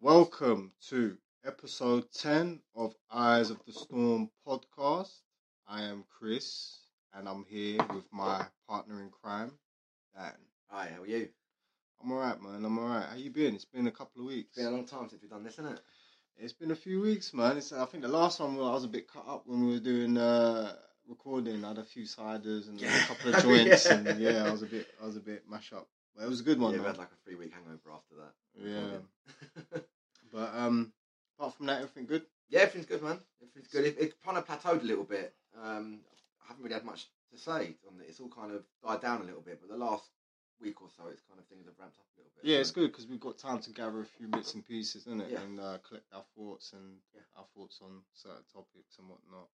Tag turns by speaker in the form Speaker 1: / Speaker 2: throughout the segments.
Speaker 1: Welcome to episode 10 of Eyes of the Storm podcast. I am Chris and I'm here with my partner in crime, Dan.
Speaker 2: Hi, how are you?
Speaker 1: I'm alright, man. I'm alright. How you been? It's been a couple of weeks.
Speaker 2: It's been a long time since we've done this, isn't it?
Speaker 1: It's been a few weeks, man. It's, I think the last time I was a bit cut up when we were doing uh, recording. I had a few ciders and a
Speaker 2: Yeah.
Speaker 1: couple of joints,
Speaker 2: Yeah.
Speaker 1: and yeah, I was a bit, I was a bit mash up. But it was a good one,
Speaker 2: yeah, we
Speaker 1: though.
Speaker 2: had like a three week hangover after that.
Speaker 1: Yeah.
Speaker 2: Yeah.
Speaker 1: But um, apart from that, everything good.
Speaker 2: yeah, everything's good, man. Everything's good. It, it kind of plateaued a little bit. Um, I haven't really had much to say on it. It's all kind of died down a little bit, but the last week or so, it's kind of things have ramped up a little bit.
Speaker 1: Yeah, it's
Speaker 2: So,
Speaker 1: good because we've got time to gather a few bits and pieces, isn't it?
Speaker 2: Yeah.
Speaker 1: And uh, collect our thoughts and
Speaker 2: Yeah.
Speaker 1: our thoughts on certain topics and whatnot.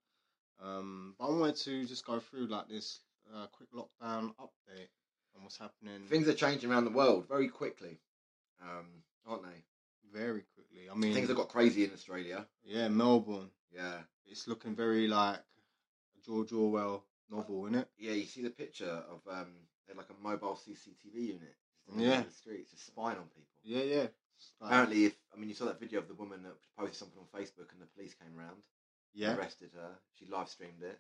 Speaker 1: Um, but I wanted to just go through like this uh, quick lockdown update on what's happening
Speaker 2: Things are changing around the world very quickly, um, aren't they?
Speaker 1: very quickly. I mean,
Speaker 2: Things have got crazy in Australia.
Speaker 1: yeah, Melbourne.
Speaker 2: Yeah.
Speaker 1: It's looking very like a George Orwell novel, isn't it?
Speaker 2: Yeah, you see the picture of um, they had like a mobile CCTV unit. just in the
Speaker 1: Yeah.
Speaker 2: middle of The streets, just spying on people.
Speaker 1: Yeah, yeah. Like,
Speaker 2: Apparently, if I mean, you saw that video of the woman that posted something on Facebook, and the police came round,
Speaker 1: yeah,
Speaker 2: arrested her. She live streamed it.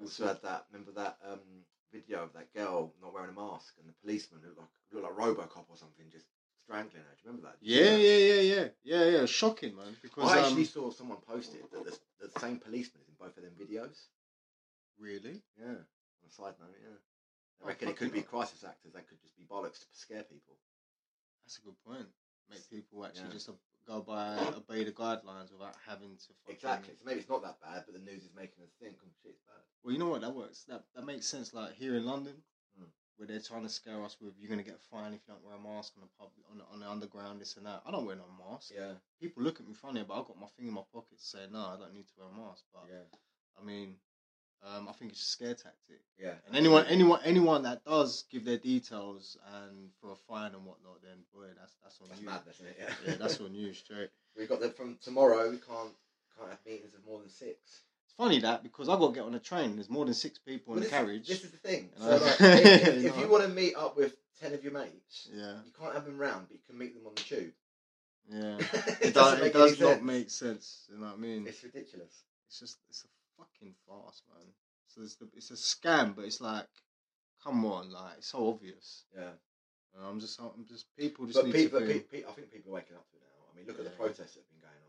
Speaker 2: You
Speaker 1: That's
Speaker 2: also
Speaker 1: it.
Speaker 2: had that. Remember that um, video of that girl not wearing a mask, and the policeman who looked like looked like RoboCop or something, just strangling her. Do you remember that? Did you see
Speaker 1: yeah,
Speaker 2: that?
Speaker 1: yeah, yeah, yeah, yeah, yeah. Shocking, man. Because
Speaker 2: I
Speaker 1: um,
Speaker 2: actually saw someone posted that the, the same policeman is in both of them videos.
Speaker 1: really,
Speaker 2: Yeah. On a side note, yeah.
Speaker 1: Oh,
Speaker 2: I reckon it
Speaker 1: fucking
Speaker 2: could be
Speaker 1: hell.
Speaker 2: crisis actors. They could just be bollocks to scare people.
Speaker 1: That's a good point. Make people actually
Speaker 2: Yeah.
Speaker 1: just ob- go by obey the guidelines without having to fucking.
Speaker 2: Exactly. So maybe it's not that bad, but the news is making us think, oh shit, it's bad.
Speaker 1: Well, you know what? That works. That that makes sense. Like here in London,
Speaker 2: Mm.
Speaker 1: where they're trying to scare us with you're gonna get fined if you don't wear a mask on the pub on the, on the underground this and that. I don't wear no mask.
Speaker 2: Yeah.
Speaker 1: People look at me funny, but I got my thing in my pocket saying no, I don't need to wear a mask. But
Speaker 2: Yeah.
Speaker 1: I mean, um, I think it's a scare tactic.
Speaker 2: Yeah.
Speaker 1: And anyone, anyone, anyone that does give their details and for a fine and whatnot, then boy, that's that's on
Speaker 2: That's
Speaker 1: you.
Speaker 2: madness, isn't it? Yeah.
Speaker 1: Yeah, that's on you straight.
Speaker 2: We've got the from tomorrow. We can't can't have meetings of more than six.
Speaker 1: It's funny that because I got to get on a train. There's more than six people in
Speaker 2: Well,
Speaker 1: the
Speaker 2: this,
Speaker 1: carriage.
Speaker 2: This is the thing.
Speaker 1: And
Speaker 2: So
Speaker 1: I-
Speaker 2: like, if, if- if
Speaker 1: No.
Speaker 2: you want to meet up with ten of your mates,
Speaker 1: Yeah,
Speaker 2: you can't have them round, but you can meet them on the tube.
Speaker 1: yeah.
Speaker 2: it
Speaker 1: It, does,
Speaker 2: doesn't
Speaker 1: it
Speaker 2: make
Speaker 1: does
Speaker 2: any
Speaker 1: not
Speaker 2: sense.
Speaker 1: make sense. You know what I mean? It's,
Speaker 2: It's ridiculous.
Speaker 1: just it's a fucking farce, man. So it's the, it's a scam, but it's like, come on, like it's so obvious.
Speaker 2: Yeah.
Speaker 1: And I'm just I'm just people just
Speaker 2: But
Speaker 1: need
Speaker 2: people,
Speaker 1: to
Speaker 2: pe-
Speaker 1: think.
Speaker 2: pe- I think people are waking up to it now. I mean, look at the
Speaker 1: Yeah.
Speaker 2: protests that have been going on.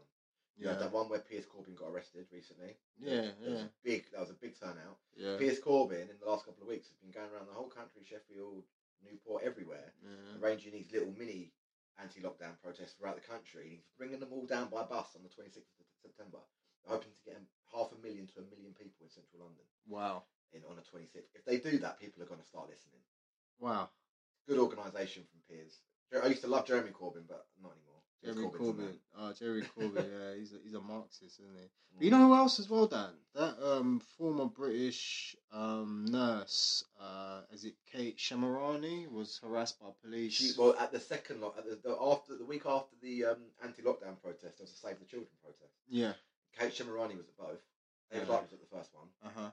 Speaker 2: You
Speaker 1: yeah,
Speaker 2: had that one where Piers Corbyn got arrested recently.
Speaker 1: yeah,
Speaker 2: That
Speaker 1: yeah,
Speaker 2: was a big. That was a big turnout.
Speaker 1: yeah, yeah,
Speaker 2: Piers Corbyn in the last couple of weeks has been going around the whole country, Sheffield, Newport, everywhere, arranging these little mini anti-lockdown protests throughout the country. He's bringing them all down by bus on the 26th of September, hoping to get half a million to a million people in central London
Speaker 1: Wow,
Speaker 2: in on the 26th. If they do that, people are going to start listening.
Speaker 1: wow.
Speaker 2: Good organisation from Piers. Jer- I used to love Jeremy Corbyn, but not anymore. Piers
Speaker 1: Jerry
Speaker 2: Corbyn's the
Speaker 1: Corbyn,
Speaker 2: man.
Speaker 1: oh Jerry Corbyn, yeah, he's a, he's a Marxist, isn't he? But you know who else as well, Dan? That um, former British um, nurse, uh, is it Kate Shemarani, was harassed by police.
Speaker 2: She, well, at the second lock, at the, the after the week after the um, anti-lockdown protest, there was a Save the Children protest.
Speaker 1: yeah.
Speaker 2: Kate Shimarani was at both. David
Speaker 1: Yeah.
Speaker 2: Icke was at the first one,
Speaker 1: Uh-huh.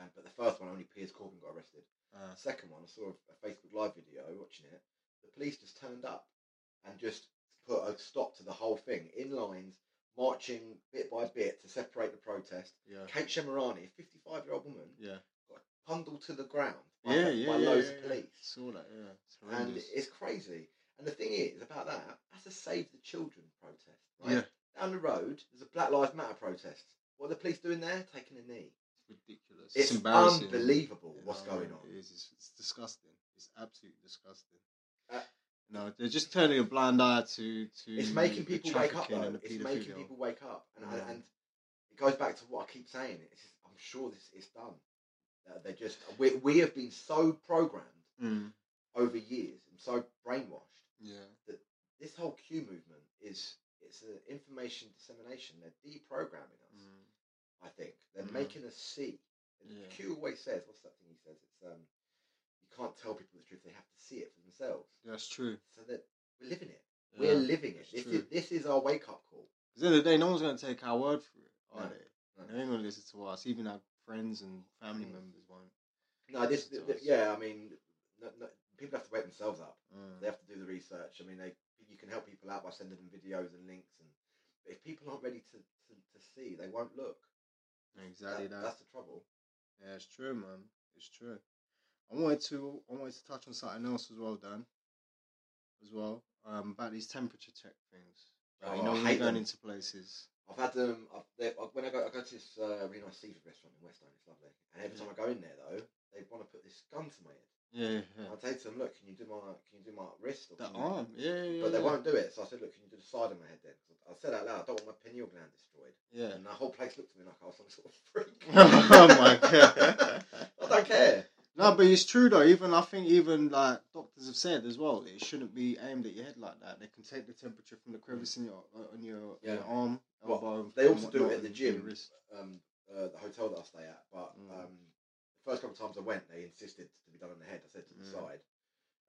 Speaker 2: um, but the first one only Piers Corbyn got arrested.
Speaker 1: Uh
Speaker 2: The second one, I saw a, a Facebook live video watching it. The police just turned up and just put a stop to the whole thing in lines, marching bit by bit to separate the protest.
Speaker 1: Yeah.
Speaker 2: Kate Shimarani, a 55 year old woman,
Speaker 1: Yeah.
Speaker 2: got pummeled to the ground by,
Speaker 1: Yeah. Yeah.
Speaker 2: by
Speaker 1: yeah,
Speaker 2: loads
Speaker 1: yeah,
Speaker 2: of
Speaker 1: yeah.
Speaker 2: police.
Speaker 1: Saw that. Yeah. It's
Speaker 2: and
Speaker 1: horrendous.
Speaker 2: it's crazy. And the thing is about that, that's a Save the Children protest. Right?
Speaker 1: Yeah.
Speaker 2: Down the road, there's a Black Lives Matter protest. What are the police doing there? Taking a knee.
Speaker 1: It's ridiculous.
Speaker 2: It's,
Speaker 1: embarrassing.
Speaker 2: unbelievable
Speaker 1: You
Speaker 2: what's
Speaker 1: know,
Speaker 2: going on.
Speaker 1: It is. It's, it's disgusting. It's absolutely disgusting.
Speaker 2: Uh,
Speaker 1: no, they're just turning a blind eye to to.
Speaker 2: It's
Speaker 1: Mm,
Speaker 2: making
Speaker 1: the
Speaker 2: people wake up
Speaker 1: trafficking and
Speaker 2: though.
Speaker 1: the
Speaker 2: It's making
Speaker 1: paedophilia.
Speaker 2: people wake up, and I-
Speaker 1: Yeah.
Speaker 2: and it goes back to what I keep saying. It's just- I'm sure this is done. Uh, They're just we we have been so programmed
Speaker 1: Mm,
Speaker 2: over years and so brainwashed.
Speaker 1: yeah.
Speaker 2: This whole Q movement is it's an information dissemination. They're deprogramming us.
Speaker 1: Mm.
Speaker 2: I think they're
Speaker 1: Mm.
Speaker 2: making us see. And
Speaker 1: Yeah.
Speaker 2: Q always says, "What's that thing he says?" It's um, you can't tell people the truth. They have to see it for themselves.
Speaker 1: That's true.
Speaker 2: So that we're living it.
Speaker 1: Yeah.
Speaker 2: We're living it.
Speaker 1: that's
Speaker 2: This
Speaker 1: true.
Speaker 2: is, this is our wake up call.
Speaker 1: Because at the end of the day, no one's going to take our word for it, are
Speaker 2: No,
Speaker 1: they?
Speaker 2: no.
Speaker 1: They ain't going to listen to us. Even our friends and family
Speaker 2: Mm.
Speaker 1: members won't.
Speaker 2: No, this,
Speaker 1: Listen to
Speaker 2: th-
Speaker 1: us.
Speaker 2: yeah, I mean, no, no, people have to wake themselves up.
Speaker 1: Mm.
Speaker 2: They have to do the research. I mean, they you can help people out by by sending them videos and links. And but if people aren't ready to, to, to see, they won't look.
Speaker 1: Exactly
Speaker 2: That-
Speaker 1: that.
Speaker 2: That's the trouble.
Speaker 1: Yeah, it's true, man. It's true. I wanted to I wanted to touch on something else as well, Dan. As well, um, about these temperature check things. Right, you
Speaker 2: Oh,
Speaker 1: know
Speaker 2: I
Speaker 1: when
Speaker 2: hate
Speaker 1: you're going
Speaker 2: them.
Speaker 1: into places.
Speaker 2: I've had them. I've, they, I- when I go, I go to this uh, really nice seafood restaurant in West End. It's lovely. And every
Speaker 1: Yeah.
Speaker 2: time I go in there, though, they want to put this gun to my head.
Speaker 1: Yeah, yeah. yeah.
Speaker 2: And I say to them, "Look, can you do my can you do my wrist?" Or
Speaker 1: The
Speaker 2: can you-"
Speaker 1: arm, yeah, yeah, yeah.
Speaker 2: But they
Speaker 1: yeah.
Speaker 2: won't do it. So I said, "Look, can you do the side of my head?" Then 'Cause I said out loud, "I don't want my pineal gland destroyed."
Speaker 1: Yeah.
Speaker 2: And the whole place looked at me like I was some sort of freak.
Speaker 1: oh my god.
Speaker 2: I don't care.
Speaker 1: No, but it's true though. Even I think even like doctors have said as well, it shouldn't be aimed at your head like that. They can take the temperature from the crevice in your on your,
Speaker 2: Yeah.
Speaker 1: your arm,
Speaker 2: Well,
Speaker 1: elbow.
Speaker 2: they
Speaker 1: and
Speaker 2: also do it
Speaker 1: whatnot,
Speaker 2: at the
Speaker 1: and your
Speaker 2: gym.
Speaker 1: wrist.
Speaker 2: Um, uh, the hotel that I stay at, but
Speaker 1: Mm.
Speaker 2: um, the first couple of times I went, they insisted to be done on the head. I said to the
Speaker 1: Mm.
Speaker 2: side,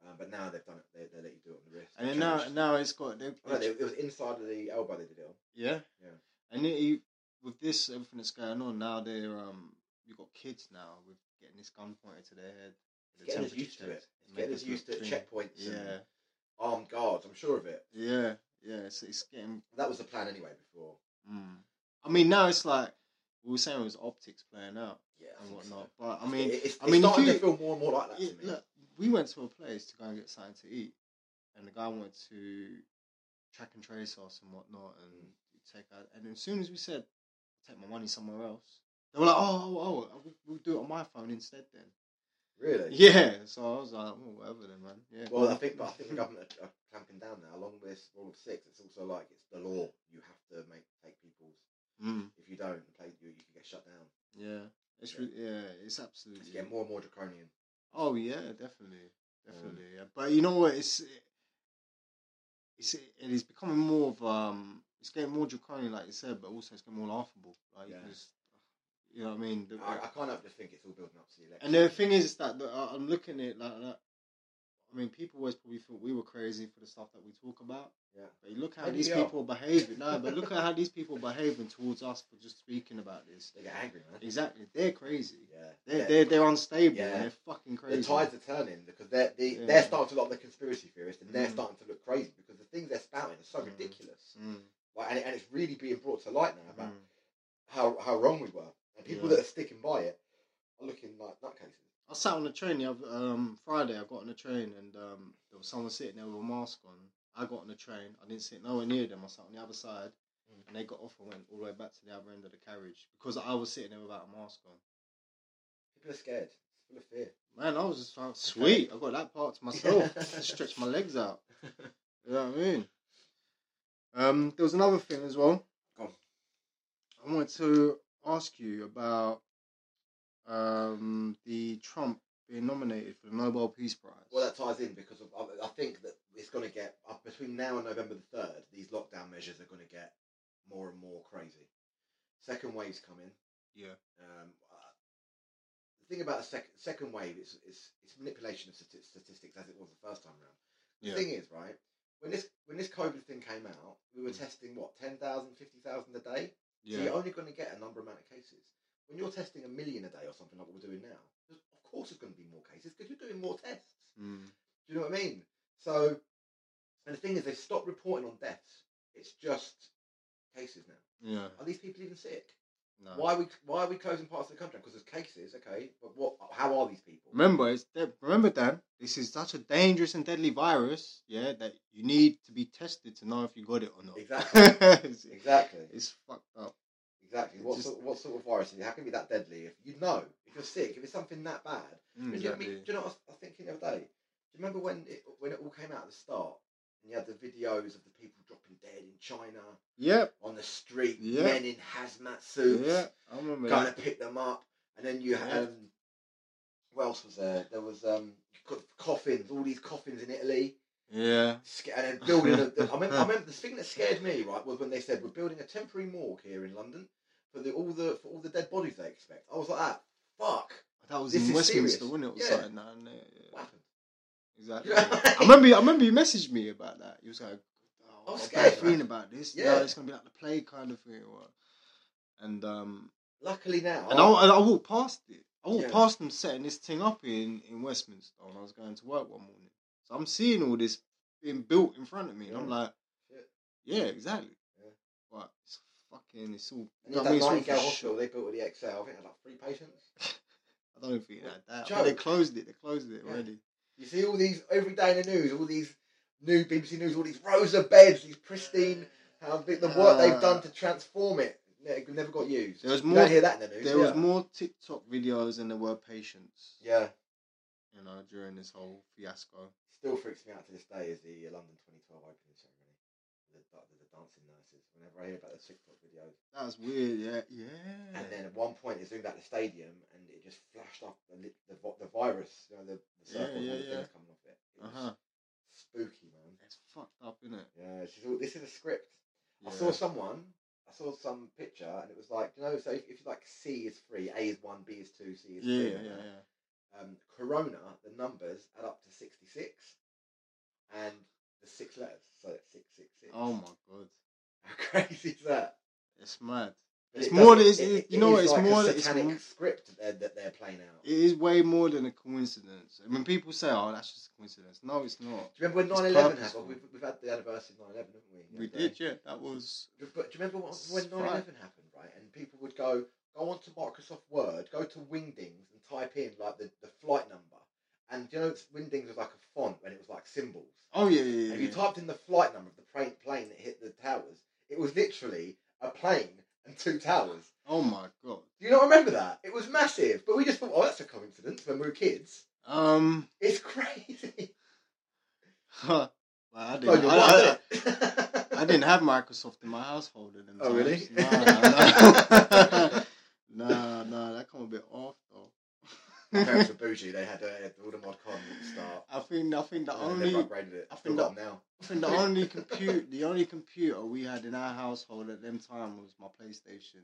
Speaker 2: um, but now they've done it. They, they let you do it on the wrist.
Speaker 1: And then
Speaker 2: They've
Speaker 1: now
Speaker 2: changed.
Speaker 1: now it's got they,
Speaker 2: Oh, no, they- it was inside of the elbow they did it. on.
Speaker 1: Yeah.
Speaker 2: Yeah.
Speaker 1: And it, you, with this, everything that's going on now, they're um, you got kids now with getting this gun pointed to their head.
Speaker 2: It's getting us
Speaker 1: temperature
Speaker 2: used to
Speaker 1: checks,
Speaker 2: it. It's
Speaker 1: make
Speaker 2: getting us
Speaker 1: look
Speaker 2: used to
Speaker 1: thin.
Speaker 2: checkpoints
Speaker 1: Yeah,
Speaker 2: and armed guards. I'm sure of it.
Speaker 1: yeah, yeah. It's it's getting.
Speaker 2: That was the plan anyway. Before,
Speaker 1: Mm. I mean, now it's like we were saying it was optics playing out
Speaker 2: yeah, I
Speaker 1: and
Speaker 2: think so.
Speaker 1: whatnot, but I mean,
Speaker 2: it's,
Speaker 1: I
Speaker 2: it's
Speaker 1: mean, if
Speaker 2: starting
Speaker 1: you-
Speaker 2: to feel more and more like that
Speaker 1: Yeah,
Speaker 2: to me.
Speaker 1: look, we went to a place to go and get something to eat, and the guy wanted to track and trace us and whatnot, and take out. And as soon as we said, "Take my money somewhere else," they were like, "Oh, oh, oh we'll, we'll do it on my phone instead." Then,
Speaker 2: Really?
Speaker 1: yeah. So I was like, well, "Whatever, then, man." Yeah.
Speaker 2: Well, I think, but I think the government are, are clamping down now. Along with this rule of six, it's also like it's the law. You have to make take people's.
Speaker 1: Mm,
Speaker 2: If you don't play, you you can get shut down.
Speaker 1: yeah. It's
Speaker 2: Yeah.
Speaker 1: re- yeah. It's
Speaker 2: It's
Speaker 1: absolutely.
Speaker 2: getting more and more draconian.
Speaker 1: Oh yeah, definitely,
Speaker 2: Mm.
Speaker 1: definitely. yeah. But you know what? It's eh, it's it is becoming more of um. It's getting more draconian, like you said, but also it's getting more laughable. Like
Speaker 2: Yeah.
Speaker 1: you just, you know what I mean. The-
Speaker 2: I, I can't help but think it's all building up to the election.
Speaker 1: and the thing is that the, I- I'm looking at it like that. I mean, people always probably thought we were crazy for the stuff that we talk about.
Speaker 2: Yeah.
Speaker 1: But you look how
Speaker 2: Maybe
Speaker 1: these
Speaker 2: we are.
Speaker 1: people are behaving. No, but look at how these people are behaving towards us for just speaking about this.
Speaker 2: they get angry, man.
Speaker 1: Exactly, they're crazy.
Speaker 2: Yeah,
Speaker 1: They're
Speaker 2: Yeah.
Speaker 1: they're, they're unstable.
Speaker 2: Yeah.
Speaker 1: And they're fucking crazy.
Speaker 2: the tides are turning because they're they,
Speaker 1: Yeah.
Speaker 2: they're starting to look like conspiracy theorists and they're
Speaker 1: Mm.
Speaker 2: starting to look crazy because the things they're spouting are so
Speaker 1: Mm.
Speaker 2: ridiculous.
Speaker 1: Mm,
Speaker 2: Like, and, it- and it's really being brought to light now about
Speaker 1: mm.
Speaker 2: how, how wrong we were. And people
Speaker 1: Yeah.
Speaker 2: that are sticking by it are looking like nutcases.
Speaker 1: I sat on the train the other um, Friday. I got on the train and um, there was someone sitting there with a mask on. I got on the train. I didn't sit nowhere near them. I sat on the other side,
Speaker 2: Mm.
Speaker 1: and they got off and went all the way back to the other end of the carriage because I was sitting there without a mask on.
Speaker 2: People are scared, It's full of fear.
Speaker 1: Man, I was just like, sweet. I got that part to myself. Just Stretch my legs out. You know what I mean? Um, there was another thing as well.
Speaker 2: Go on.
Speaker 1: I wanted to ask you about um, the Trump being nominated for the Nobel Peace Prize.
Speaker 2: Well, that ties in because of, I, I think that it's going to get uh, between now and November the third. These lockdown measures are going to get more and more crazy. Second wave's coming.
Speaker 1: Yeah.
Speaker 2: Um, uh, the thing about the sec- second wave is it's, it's manipulation of stati- statistics as it was the first time around. The
Speaker 1: Yeah.
Speaker 2: thing is, right, when this when this COVID thing came out, we were
Speaker 1: Mm.
Speaker 2: testing what 10,000, 50,000 a day. So
Speaker 1: Yeah.
Speaker 2: you're only going to get a number amount of cases. When you're testing a million a day or something like what we're doing now, there's- of course there's going to be more cases because you're doing more tests.
Speaker 1: Mm.
Speaker 2: Do you know what I mean? So, and the thing is, they've stopped reporting on deaths. It's just cases now.
Speaker 1: Yeah.
Speaker 2: Are these people even sick?
Speaker 1: No.
Speaker 2: Why are we Why are we closing parts of the country? Because there's cases, okay, but what? How are these people?
Speaker 1: Remember, it's de- remember, Dan. This is such a dangerous and deadly virus. Yeah, that you need to be tested to know if you got it or not.
Speaker 2: Exactly.
Speaker 1: it's,
Speaker 2: Exactly.
Speaker 1: it's fucked up.
Speaker 2: Exactly. What
Speaker 1: Just-
Speaker 2: sort, What sort of virus is it? How can it be that deadly? If you know, if you're sick, if it's something that bad.
Speaker 1: Mm,
Speaker 2: Do you know what I mean?
Speaker 1: exactly.
Speaker 2: Do you know what I was, I was thinking the other day? Do you remember when it when it all came out at the start? And you had the videos of the people dropping dead in China
Speaker 1: Yep.
Speaker 2: on the street,
Speaker 1: Yeah.
Speaker 2: men in hazmat suits.
Speaker 1: Yeah. I remember.
Speaker 2: going
Speaker 1: That.
Speaker 2: to pick them up, and then you had.
Speaker 1: Yeah.
Speaker 2: Um, what else was there? There was um, you've got coffins, all these coffins in Italy,
Speaker 1: Yeah.
Speaker 2: sca- and then building. A, I, remember, I remember the thing that scared me right was when they said we're building a temporary morgue here in London for the all the for all the dead bodies they expect. I was like, ah, fuck,
Speaker 1: That was
Speaker 2: This
Speaker 1: in
Speaker 2: is
Speaker 1: Westminster,
Speaker 2: serious.
Speaker 1: wasn't it? Or
Speaker 2: Yeah.
Speaker 1: something, nah, nah, yeah.
Speaker 2: what happened?
Speaker 1: Exactly.
Speaker 2: You know what I
Speaker 1: I
Speaker 2: mean?
Speaker 1: remember. I remember you messaged me about that. You was like, oh,
Speaker 2: I was
Speaker 1: "I'm
Speaker 2: scared,
Speaker 1: bad feeling
Speaker 2: man.
Speaker 1: about this. Yeah,
Speaker 2: Yeah.
Speaker 1: it's gonna be like the play kind of thing." Or, and um,
Speaker 2: Luckily now,
Speaker 1: And I, and I walked past it. I walked
Speaker 2: Oh. Yeah.
Speaker 1: past them setting this thing up in, in Westminster when I was going to work one morning. So I'm seeing all this being built in front of me, and I'm
Speaker 2: Yeah.
Speaker 1: like,
Speaker 2: Shit.
Speaker 1: Yeah, exactly.
Speaker 2: Yeah.
Speaker 1: But it's fucking, it's all.
Speaker 2: And
Speaker 1: I mean,
Speaker 2: in that
Speaker 1: it's all
Speaker 2: Nightingale
Speaker 1: for
Speaker 2: Hospital,
Speaker 1: show.
Speaker 2: they built with the XL. I think it had like three patients.
Speaker 1: I don't think they had that.
Speaker 2: Joe.
Speaker 1: But they closed it. They closed it
Speaker 2: Yeah.
Speaker 1: already.
Speaker 2: You see all these every day in the news, all these new BBC News, all these rows of beds, these pristine. How big the work
Speaker 1: Uh,
Speaker 2: they've done to transform it ne- never got used.
Speaker 1: There was
Speaker 2: you
Speaker 1: more-
Speaker 2: don't hear that in the news.
Speaker 1: There
Speaker 2: yeah.
Speaker 1: was more TikTok videos than there were patients.
Speaker 2: Yeah,
Speaker 1: You know, during this whole fiasco.
Speaker 2: still freaks me out to this day is the London 2012 opening ceremony. The, the, the dancing nurses. Whenever I hear about the TikTok videos,
Speaker 1: That was weird. Yeah, yeah.
Speaker 2: and then at one point they zoomed out the stadium, and it just flashed up the li- the, vi- the virus, you know, the, the
Speaker 1: Yeah,
Speaker 2: circles, all
Speaker 1: yeah,
Speaker 2: the
Speaker 1: yeah.
Speaker 2: things coming off it. It
Speaker 1: Uh
Speaker 2: was
Speaker 1: huh.
Speaker 2: spooky, man.
Speaker 1: It's fucked up, isn't it?
Speaker 2: Yeah, this is all, this is a script.
Speaker 1: Yeah.
Speaker 2: I saw someone. I saw some picture, and it was like you know. So if, if you like C is three, A is one, B is two, C
Speaker 1: Yeah,
Speaker 2: is three.
Speaker 1: yeah,
Speaker 2: and
Speaker 1: yeah.
Speaker 2: that. Um, corona, the numbers add up to sixty-six, and the six letters, so that's six, six, six.
Speaker 1: Oh my god,
Speaker 2: How crazy is that?
Speaker 1: it's mad.
Speaker 2: But
Speaker 1: It's
Speaker 2: it
Speaker 1: more
Speaker 2: does-
Speaker 1: that it's- you know what,
Speaker 2: is
Speaker 1: it's
Speaker 2: like
Speaker 1: more
Speaker 2: a
Speaker 1: that it's
Speaker 2: satanic
Speaker 1: more-
Speaker 2: script that, that they're playing out.
Speaker 1: It is way more than a coincidence. I mean, people say, "Oh, that's just a coincidence." No, it's not.
Speaker 2: Do you remember
Speaker 1: It's
Speaker 2: when 9 11
Speaker 1: purposeful.
Speaker 2: happened? We've, we've had the anniversary of 9 11, haven't we?
Speaker 1: We
Speaker 2: Yeah.
Speaker 1: did, yeah. That was
Speaker 2: But do you remember what, when
Speaker 1: It's
Speaker 2: 9 11 happened, right? And people would go, go onto Microsoft Word, go to Wingdings and type in like the, the flight number. And do you know, Wingdings was like a font when it was like symbols.
Speaker 1: Oh yeah, yeah, yeah.
Speaker 2: And if you
Speaker 1: yeah.
Speaker 2: typed in the flight number of the plane, plane that hit the towers, it was literally a plane and two towers.
Speaker 1: oh my god.
Speaker 2: Do you not remember that? It was massive. But we just thought, oh, that's a coincidence when we were kids.
Speaker 1: Um,
Speaker 2: It's crazy.
Speaker 1: well, I
Speaker 2: Blow
Speaker 1: didn't.
Speaker 2: your
Speaker 1: I, I,
Speaker 2: mind, innit?
Speaker 1: I didn't have Microsoft in my household at them
Speaker 2: Oh, really?
Speaker 1: times. Nah, nah, nah, nah, that come a bit off
Speaker 2: My
Speaker 1: though.
Speaker 2: parents were bougie. They had, uh, had all the mod cons at the start.
Speaker 1: I think I think the
Speaker 2: and
Speaker 1: only
Speaker 2: they've upgraded it.
Speaker 1: I
Speaker 2: I've still
Speaker 1: think
Speaker 2: got them now.
Speaker 1: I think the only computer the only computer we had in our household at them time was my PlayStation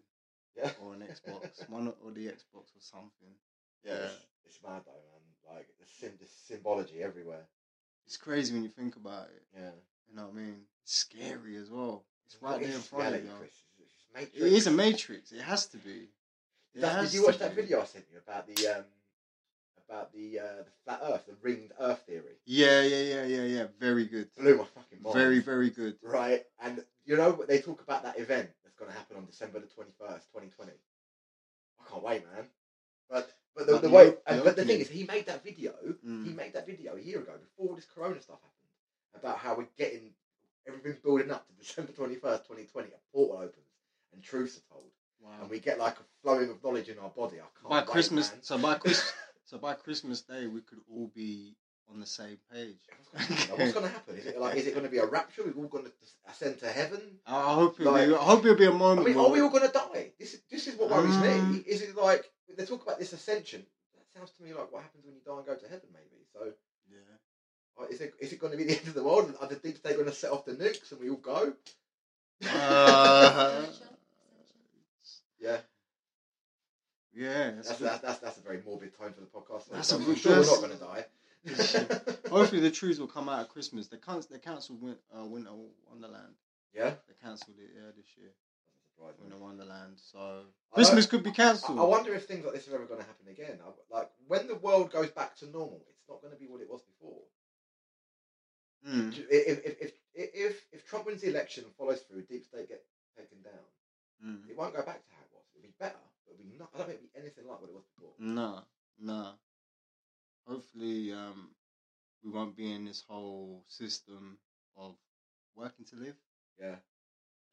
Speaker 2: Yeah.
Speaker 1: or an Xbox, one or the Xbox or something.
Speaker 2: It's, it's mad though, man. Like the, sym- the symbology everywhere.
Speaker 1: It's crazy when you think about it.
Speaker 2: Yeah.
Speaker 1: You know what I mean? It's scary as well. It's right there in
Speaker 2: It's
Speaker 1: front of
Speaker 2: reality,
Speaker 1: you.
Speaker 2: Chris. It's- it's Matrix.
Speaker 1: It is a matrix. It has to be. It
Speaker 2: That-
Speaker 1: has
Speaker 2: Did you watch
Speaker 1: to
Speaker 2: that
Speaker 1: be.
Speaker 2: video I sent you about the um about the uh, the flat Earth, the ringed Earth theory?
Speaker 1: Yeah, yeah, yeah, yeah, yeah. Very good.
Speaker 2: Blew my fucking mind.
Speaker 1: Very, very good.
Speaker 2: Right, and you know what they talk about that event that's going to happen on December the twenty first, twenty twenty. I can't wait, man. But but the,
Speaker 1: Like
Speaker 2: the
Speaker 1: the
Speaker 2: way,
Speaker 1: op-
Speaker 2: and,
Speaker 1: the
Speaker 2: but the
Speaker 1: opening.
Speaker 2: thing is, he made that video. He
Speaker 1: Mm.
Speaker 2: made that video a year ago before all this Corona stuff happened about how we're getting everything's building up to December twenty first, twenty twenty. A portal opens and truths are told,
Speaker 1: Wow.
Speaker 2: and we get like a flowing of knowledge in our body. I can't
Speaker 1: By
Speaker 2: wait,
Speaker 1: Christmas,
Speaker 2: man.
Speaker 1: so by Christmas, so by Christmas Day, we could all be on the same page.
Speaker 2: What's going to happen? Is it like is it going to be a rapture? We're all going to ascend to heaven?
Speaker 1: I I hope it'll
Speaker 2: Like-
Speaker 1: be. I hope it'll be a
Speaker 2: I
Speaker 1: moment.
Speaker 2: mean,
Speaker 1: where
Speaker 2: are we all going to die? This is this is what worries me.
Speaker 1: Um,
Speaker 2: Is it like they talk about this ascension? That sounds to me like what happens when you die and go to heaven, maybe. So,
Speaker 1: Yeah.
Speaker 2: uh, is it is it going to be the end of the world? And are the deep state going to set off the nukes and we all go?
Speaker 1: Uh,
Speaker 2: yeah,
Speaker 1: yeah. That's
Speaker 2: that's,
Speaker 1: good.
Speaker 2: that's, that's that's a very morbid tone for the podcast.
Speaker 1: That's
Speaker 2: so
Speaker 1: a
Speaker 2: I'm
Speaker 1: good-
Speaker 2: sure we're not
Speaker 1: that's-
Speaker 2: going to die.
Speaker 1: Hopefully, the truths will come out at Christmas. They can't. They cancelled Win- uh, Winter Wonderland.
Speaker 2: yeah,
Speaker 1: They cancelled it yeah, this year.
Speaker 2: Doesn't surprise me.
Speaker 1: Winter Wonderland. So
Speaker 2: I don't-
Speaker 1: Christmas could be
Speaker 2: I
Speaker 1: cancelled.
Speaker 2: I wonder if things like this are ever going to happen again. I- Like when the world goes back to normal, it's not going to be what it was before.
Speaker 1: Mm.
Speaker 2: Do- If if if if, if Trump wins the election and follows through, deep state get taken down.
Speaker 1: Mm.
Speaker 2: It won't go back to how it was. It'll be better. but It'll be not. I don't think it'll be anything like what it was before.
Speaker 1: No, no. Hopefully, um, we won't be in this whole system of working to live. and
Speaker 2: Yeah.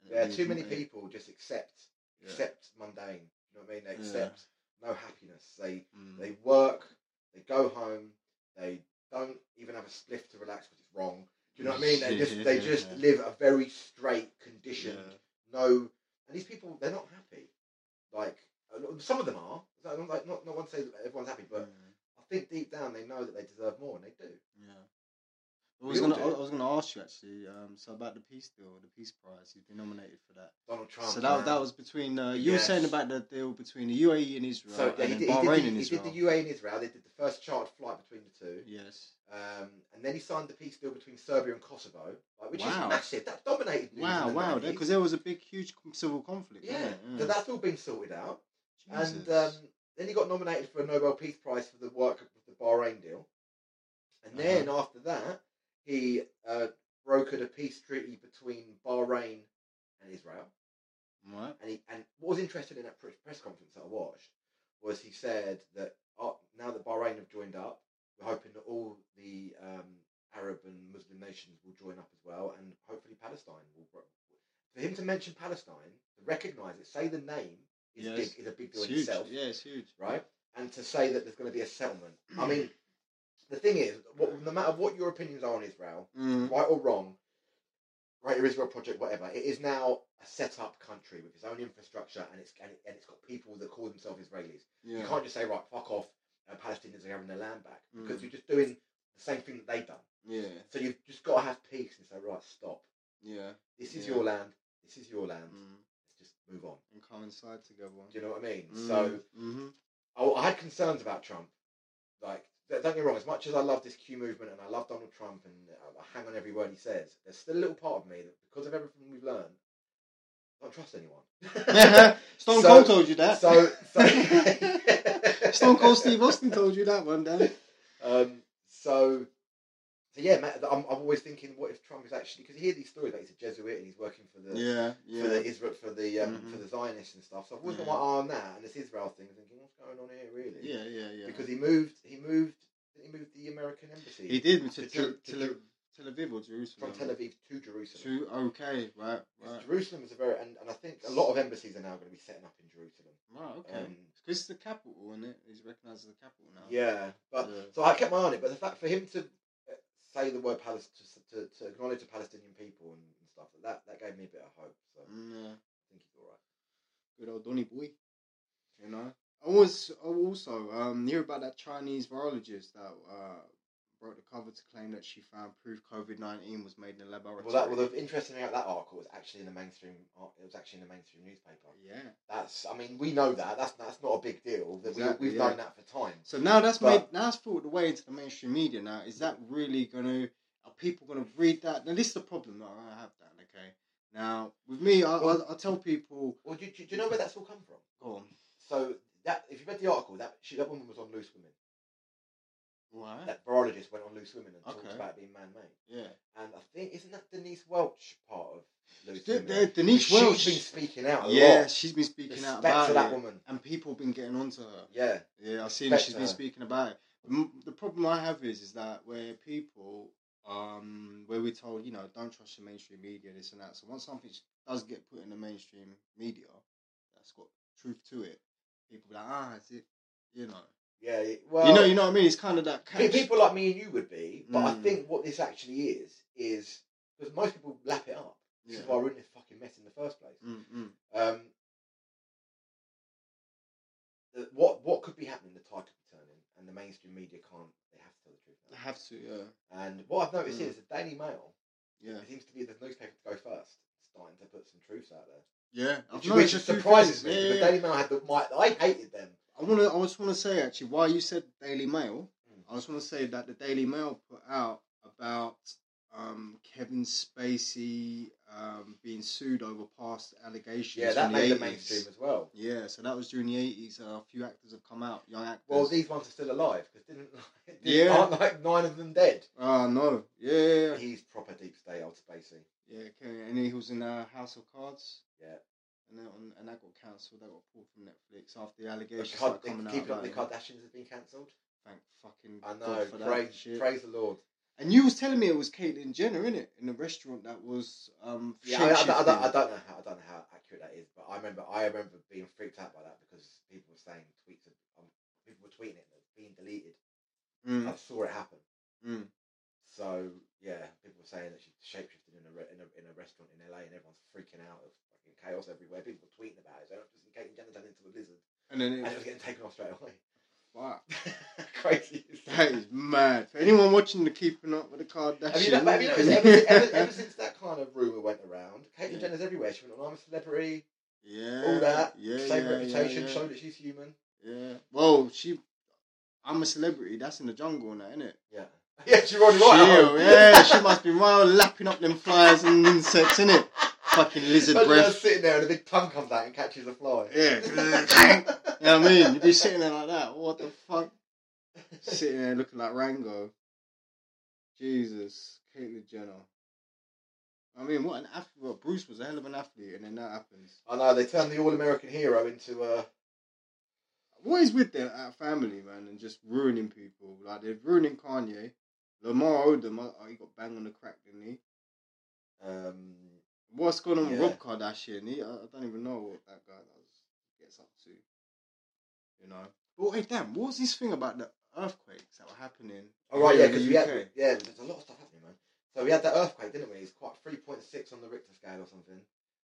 Speaker 1: it
Speaker 2: Yeah.
Speaker 1: being
Speaker 2: Too many
Speaker 1: conveyed.
Speaker 2: people just accept
Speaker 1: Yeah.
Speaker 2: accept mundane. You know what I mean? They
Speaker 1: Yeah.
Speaker 2: accept no happiness. They
Speaker 1: Mm.
Speaker 2: they work. They go home. They don't even have a spliff to relax because it's wrong. Do you know what I mean? They just they just
Speaker 1: Yeah.
Speaker 2: live a very straight, conditioned,
Speaker 1: Yeah.
Speaker 2: no. And these people, they're not happy. Like a lot- some of them are. Like, like, not not one say that everyone's happy, but
Speaker 1: Mm,
Speaker 2: I think deep down they know that they deserve more, and they do.
Speaker 1: yeah. I was
Speaker 2: all
Speaker 1: gonna.
Speaker 2: do.
Speaker 1: I was gonna ask you actually. Um, so about the peace deal, the peace prize, you've been nominated for that.
Speaker 2: Donald Trump.
Speaker 1: so that
Speaker 2: man.
Speaker 1: that was between. Uh, you
Speaker 2: Yes.
Speaker 1: were saying about the deal between the UAE and Israel
Speaker 2: So yeah,
Speaker 1: and
Speaker 2: he,
Speaker 1: then
Speaker 2: did, he, did,
Speaker 1: Bahrain
Speaker 2: the-
Speaker 1: and
Speaker 2: he
Speaker 1: Israel.
Speaker 2: did the E UAE and Israel. They did the first chartered flight between the two,
Speaker 1: yes.
Speaker 2: um, and then he signed the peace deal between Serbia and Kosovo, like, which
Speaker 1: Wow.
Speaker 2: is massive. That dominated news.
Speaker 1: Wow,
Speaker 2: in the
Speaker 1: wow.
Speaker 2: 90s.
Speaker 1: Because there was a big, huge civil conflict.
Speaker 2: yeah.
Speaker 1: wasn't it? Mm.
Speaker 2: So that's all been sorted out, and
Speaker 1: Jesus.
Speaker 2: um, then he got nominated for a Nobel Peace Prize for the
Speaker 1: Uh-huh.
Speaker 2: work of the Bahrain deal, and then after that he uh, brokered a peace treaty between Bahrain and Israel.
Speaker 1: Right.
Speaker 2: And, he, and what was interesting in that pre- press conference that I watched was he said that uh, now that Bahrain have joined up, we're hoping that all the um, Arab and Muslim nations will join up as well, and hopefully Palestine will. bro- For him to mention Palestine, to recognise it, say the name is
Speaker 1: Yes.
Speaker 2: big, is a big deal
Speaker 1: It's
Speaker 2: in
Speaker 1: huge.
Speaker 2: itself,
Speaker 1: Yeah, it's huge.
Speaker 2: right? And to say that there's going to be a settlement. I mean, the thing is, what, no matter what your opinions are on Israel,
Speaker 1: Mm.
Speaker 2: right or wrong, right or Israel project, whatever, it is now a set up country with its own infrastructure and it's and, it, and it's got people that call themselves Israelis. You
Speaker 1: Yeah.
Speaker 2: can't just say right, fuck off, uh, Palestinians are having their land back because
Speaker 1: Mm.
Speaker 2: you're just doing the same thing that they've done.
Speaker 1: Yeah.
Speaker 2: So you've just got to have peace and say right, stop.
Speaker 1: Yeah.
Speaker 2: This is
Speaker 1: Yeah.
Speaker 2: your land. This is your land.
Speaker 1: Mm.
Speaker 2: Let's just move on.
Speaker 1: And coincide together.
Speaker 2: Do you know what I mean? So
Speaker 1: hmm
Speaker 2: I, Oh, I had concerns about Trump. Like, don't get me wrong. As much as I love this Q movement and I love Donald Trump and I, I hang on every word he says, there's still a little part of me that, because of everything we've learned, I don't trust anyone.
Speaker 1: Stone
Speaker 2: So-
Speaker 1: Cold told you that.
Speaker 2: so, so
Speaker 1: Stone Cold Steve Austin told you that one, Dan.
Speaker 2: Um, so, so yeah, Matt, I'm, I'm always thinking, what if Trump is actually? Because you hear these stories that he's a Jesuit and he's working for the
Speaker 1: Yeah.
Speaker 2: for
Speaker 1: Yeah. Mm-hmm.
Speaker 2: the Israel for the um,
Speaker 1: Mhm.
Speaker 2: for the Zionists and stuff. So I've always got
Speaker 1: Yeah.
Speaker 2: my eye on that and this Israel thing, thinking, what's going on here, really?
Speaker 1: Yeah. Yeah. Yeah.
Speaker 2: because he moved he moved he moved the American embassy
Speaker 1: he did to,
Speaker 2: to
Speaker 1: to,
Speaker 2: Ju-
Speaker 1: Tel-
Speaker 2: to Ju-
Speaker 1: Tel Aviv or Jerusalem.
Speaker 2: from Tel Aviv to Jerusalem.
Speaker 1: To okay, right,
Speaker 2: 'Cause
Speaker 1: right,
Speaker 2: Jerusalem is a very and, and I think a lot of embassies are now going to be setting up in Jerusalem.
Speaker 1: right. Okay.
Speaker 2: Um,
Speaker 1: Because it's the capital, isn't it? He's recognised as the capital now.
Speaker 2: yeah, but
Speaker 1: Yeah.
Speaker 2: so I kept my eye on it. But the fact for him to uh, say the word Palestine to, to, to acknowledge the Palestinian people and, and stuff that that gave me a bit of hope. So I
Speaker 1: Mm, yeah.
Speaker 2: think he's all right.
Speaker 1: Good old Donny boy. You know. I was I also um hear about that Chinese virologist that uh broke the cover to claim that she found proof COVID nineteen was made in a laboratory.
Speaker 2: Well, that well, the interesting thing about that article was actually in the mainstream. ar- It was actually in the mainstream newspaper.
Speaker 1: yeah.
Speaker 2: That's I mean we know that. That's that's not a big deal. That
Speaker 1: Exactly,
Speaker 2: we, we've
Speaker 1: yeah.
Speaker 2: known that for time.
Speaker 1: So now that's made
Speaker 2: But-
Speaker 1: now that's filtered away into the mainstream media. Now is that really gonna are people gonna read that? Now this is the problem that I have. Dan. okay. Now with me, I, I, I tell people,
Speaker 2: Well, do, do, do you know where that's all come from?
Speaker 1: go on,
Speaker 2: So that if you read the article, that she, that woman was on Loose Women.
Speaker 1: right?
Speaker 2: That virologist went on Loose Women and
Speaker 1: Okay.
Speaker 2: talked about it being man-made.
Speaker 1: Yeah.
Speaker 2: And I think isn't that Denise Welch part of Loose
Speaker 1: The,
Speaker 2: Women?
Speaker 1: the, Denise
Speaker 2: She's
Speaker 1: Welch.
Speaker 2: been speaking out a
Speaker 1: yeah,
Speaker 2: lot.
Speaker 1: she's been speaking out
Speaker 2: Respect
Speaker 1: about
Speaker 2: to that
Speaker 1: it,
Speaker 2: woman.
Speaker 1: and people have been getting onto her.
Speaker 2: Yeah,
Speaker 1: Yeah, I've seen
Speaker 2: Respect
Speaker 1: she's
Speaker 2: to
Speaker 1: been
Speaker 2: her.
Speaker 1: speaking about it. M- The problem I have is is that where people, um, where we're told, you know, don't trust the mainstream media, this and that. So once something does get put in the mainstream media, that's got truth to it. People be like, ah, is it? You know,
Speaker 2: yeah. it- Well,
Speaker 1: you know, you know what I mean. It's kind of that
Speaker 2: pe-
Speaker 1: catch.
Speaker 2: people like me and you would be, but I
Speaker 1: Mm.
Speaker 2: think what this actually is is because most people lap it up. This
Speaker 1: yeah.
Speaker 2: is why we're in this fucking mess in the first place.
Speaker 1: Mm, mm.
Speaker 2: Um, the, what what could be happening? The tide could be turning, and the mainstream media can't. They have to tell the truth.
Speaker 1: I
Speaker 2: Now.
Speaker 1: have to, yeah,
Speaker 2: And what I've noticed
Speaker 1: Mm.
Speaker 2: is the Daily Mail
Speaker 1: yeah,
Speaker 2: it seems to be the newspaper to go first, starting to put some truths out there,
Speaker 1: yeah.
Speaker 2: which,
Speaker 1: I've
Speaker 2: which
Speaker 1: noticed a few
Speaker 2: surprises
Speaker 1: things.
Speaker 2: me.
Speaker 1: Yeah,
Speaker 2: because
Speaker 1: yeah,
Speaker 2: The Daily Mail had the my, I hated them.
Speaker 1: I want to. I just want to say actually, why you said Daily Mail.
Speaker 2: Mm.
Speaker 1: I just want to say that the Daily Mail put out about um, Kevin Spacey um, being sued over past allegations.
Speaker 2: Yeah, that
Speaker 1: from the
Speaker 2: made the
Speaker 1: 80s.
Speaker 2: mainstream as well.
Speaker 1: Yeah, so that was during the eighties. Uh, a few actors have come out, young actors.
Speaker 2: Well, these ones are still alive because didn't, didn't
Speaker 1: Yeah.
Speaker 2: aren't like nine of them dead.
Speaker 1: uh, no, yeah, yeah, yeah.
Speaker 2: He's proper deep state old Spacey.
Speaker 1: yeah Kevin, and he was in uh, House of Cards.
Speaker 2: Yeah.
Speaker 1: and then on, and that got cancelled. That got pulled from Netflix after the
Speaker 2: The,
Speaker 1: allegations
Speaker 2: Card-
Speaker 1: started coming
Speaker 2: the,
Speaker 1: out.
Speaker 2: keeping up
Speaker 1: About
Speaker 2: with
Speaker 1: it.
Speaker 2: the Kardashians has been cancelled.
Speaker 1: Thank fucking
Speaker 2: I
Speaker 1: God
Speaker 2: know.
Speaker 1: for that
Speaker 2: Praise,
Speaker 1: shit.
Speaker 2: praise the Lord.
Speaker 1: And you was telling me it was Caitlyn Jenner, innit? In the restaurant that was um
Speaker 2: Yeah, I, I, I, I, don't- I
Speaker 1: shapeshifting.
Speaker 2: don't know how I don't know how accurate that is, but I remember I remember being freaked out by that because people were saying tweets, are- um, people were tweeting it and it's being deleted.
Speaker 1: Mm,
Speaker 2: I saw it happen.
Speaker 1: mm.
Speaker 2: So yeah, people were saying that she shapeshifted in a, re- in a in a restaurant in LA, and everyone's freaking out. Of fucking chaos everywhere. People were tweeting about it. So just in Caitlyn Jenner turned into a lizard,
Speaker 1: And then it
Speaker 2: and it
Speaker 1: was
Speaker 2: was getting taken off straight away.
Speaker 1: fuck.
Speaker 2: Crazy.
Speaker 1: That is mad. For anyone watching the Keeping Up with the Kardashians,
Speaker 2: Have you, not- have you noticed ever, ever, ever since that kind of rumor went around, Caitlyn
Speaker 1: Yeah.
Speaker 2: Jenner's everywhere. She went on I'm a celebrity.
Speaker 1: yeah,
Speaker 2: all that,
Speaker 1: yeah,
Speaker 2: same
Speaker 1: yeah,
Speaker 2: reputation,
Speaker 1: yeah, yeah.
Speaker 2: show that she's human.
Speaker 1: yeah. Well, she, I'm a celebrity. That's in the jungle, now, isn't it?
Speaker 2: Yeah. Yeah, she's already right.
Speaker 1: Chill, yeah. She must be well lapping up them flies and insects, innit? Fucking lizard
Speaker 2: Imagine her
Speaker 1: breath.
Speaker 2: sitting there and a big tongue comes out and catches a fly.
Speaker 1: Yeah. You know what I mean? You'd be sitting there like that. What the fuck? sitting there looking like Rango. Jesus, Caitlyn Jenner. I mean, what an athlete! Well, Bruce was a hell of an athlete, and then that happens.
Speaker 2: I know they turned the all-American hero into uh,
Speaker 1: What is with their uh, family, man, and just ruining people? Like they're ruining Kanye. Lamar Odom, oh, oh, he got banged on the crack, didn't he?
Speaker 2: um,
Speaker 1: What's going on with
Speaker 2: Yeah.
Speaker 1: Rob Kardashian? He, I, I don't even know what that guy does, gets up to. You know. But hey, damn, what was this thing about the earthquakes that were happening?
Speaker 2: Oh right,
Speaker 1: here
Speaker 2: yeah,
Speaker 1: in
Speaker 2: because
Speaker 1: the
Speaker 2: we had
Speaker 1: UK?
Speaker 2: yeah, there's a lot of stuff happening, man. So we had that earthquake, didn't we? It's quite three point six on the Richter scale or something.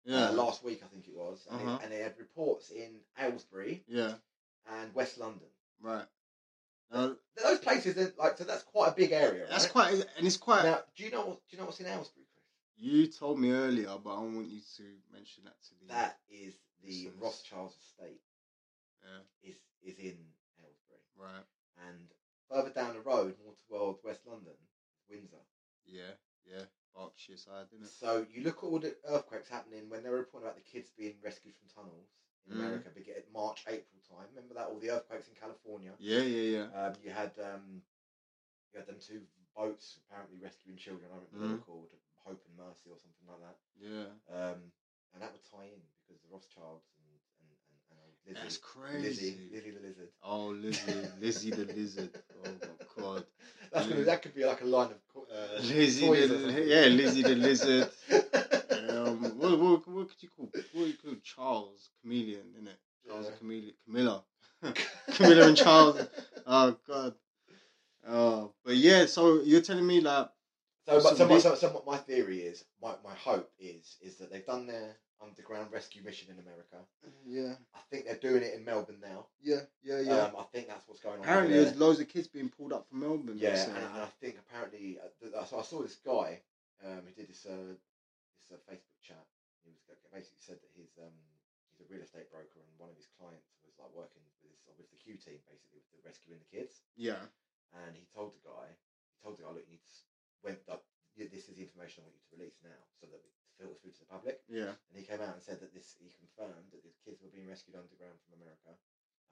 Speaker 1: yeah,
Speaker 2: Uh, last week, I think it was, and,
Speaker 1: Uh-huh.
Speaker 2: they, and they had reports in Aylesbury
Speaker 1: yeah,
Speaker 2: and West London.
Speaker 1: right. Now,
Speaker 2: Those places, they're- like, so that's quite a big area.
Speaker 1: that's
Speaker 2: right?
Speaker 1: quite, and it's quite.
Speaker 2: Now, do you know what? Do you know what's in Aylesbury, Chris?
Speaker 1: you told me earlier, but I don't want you to mention that to me.
Speaker 2: That is the
Speaker 1: Listen.
Speaker 2: Rothschilds estate.
Speaker 1: Yeah.
Speaker 2: Is is in Aylesbury,
Speaker 1: Right.
Speaker 2: and further down the road, more towards West London, Windsor.
Speaker 1: Yeah. Yeah. Berkshire side, didn't it?
Speaker 2: So you look at all the earthquakes happening when they were reporting about the kids being rescued from tunnels in
Speaker 1: Mm.
Speaker 2: America, big at March, April time. Remember that all the earthquakes in California.
Speaker 1: Yeah. Yeah. Yeah.
Speaker 2: Um, you had um, you had them two boats apparently rescuing children. I remember
Speaker 1: Mm-hmm.
Speaker 2: they were called Hope and Mercy or something like that.
Speaker 1: Yeah.
Speaker 2: Um, and that would tie in because the Rothschilds and and and, and old Lizzie,
Speaker 1: That's
Speaker 2: Lizzie,
Speaker 1: crazy.
Speaker 2: Lizzie the lizard.
Speaker 1: Oh, Lizzie, Lizzie the lizard. Oh my god.
Speaker 2: That's gonna, that could be like a line of co- uh,
Speaker 1: Lizzie
Speaker 2: toys or
Speaker 1: the-
Speaker 2: something.
Speaker 1: yeah, Lizzie the lizard. Um, what, what, what could you call? What do you call Charles chameleon? Isn't it? Charles the
Speaker 2: Yeah.
Speaker 1: chameleon. Camilla. Camilla and Charles. Oh god. Oh, but yeah. So you're telling me like,
Speaker 2: So,
Speaker 1: So
Speaker 2: but, so, my,
Speaker 1: the-
Speaker 2: so, so my theory is, my, my hope is, is that they've done their underground rescue mission in America.
Speaker 1: yeah,
Speaker 2: I think they're doing it in Melbourne now.
Speaker 1: yeah, yeah, yeah.
Speaker 2: Um, I think that's what's going on.
Speaker 1: oh, Apparently,
Speaker 2: over
Speaker 1: there's loads of kids being pulled up from Melbourne.
Speaker 2: there. yeah,
Speaker 1: they're
Speaker 2: and,
Speaker 1: saying.
Speaker 2: and I think apparently, uh, th- so I saw this guy um, who did this uh, this uh, Facebook chat. He was he basically said that his um, he's a real estate broker, and one of his clients was like working with his, with the Q team, basically with the rescuing the kids.
Speaker 1: yeah,
Speaker 2: and he told the guy, he told the guy, look, you need to, s- when, like, y- this is the information I want you to release now, so that we filter through to the public.
Speaker 1: yeah,
Speaker 2: And he came out and said that this, he confirmed that the kids were being rescued underground from America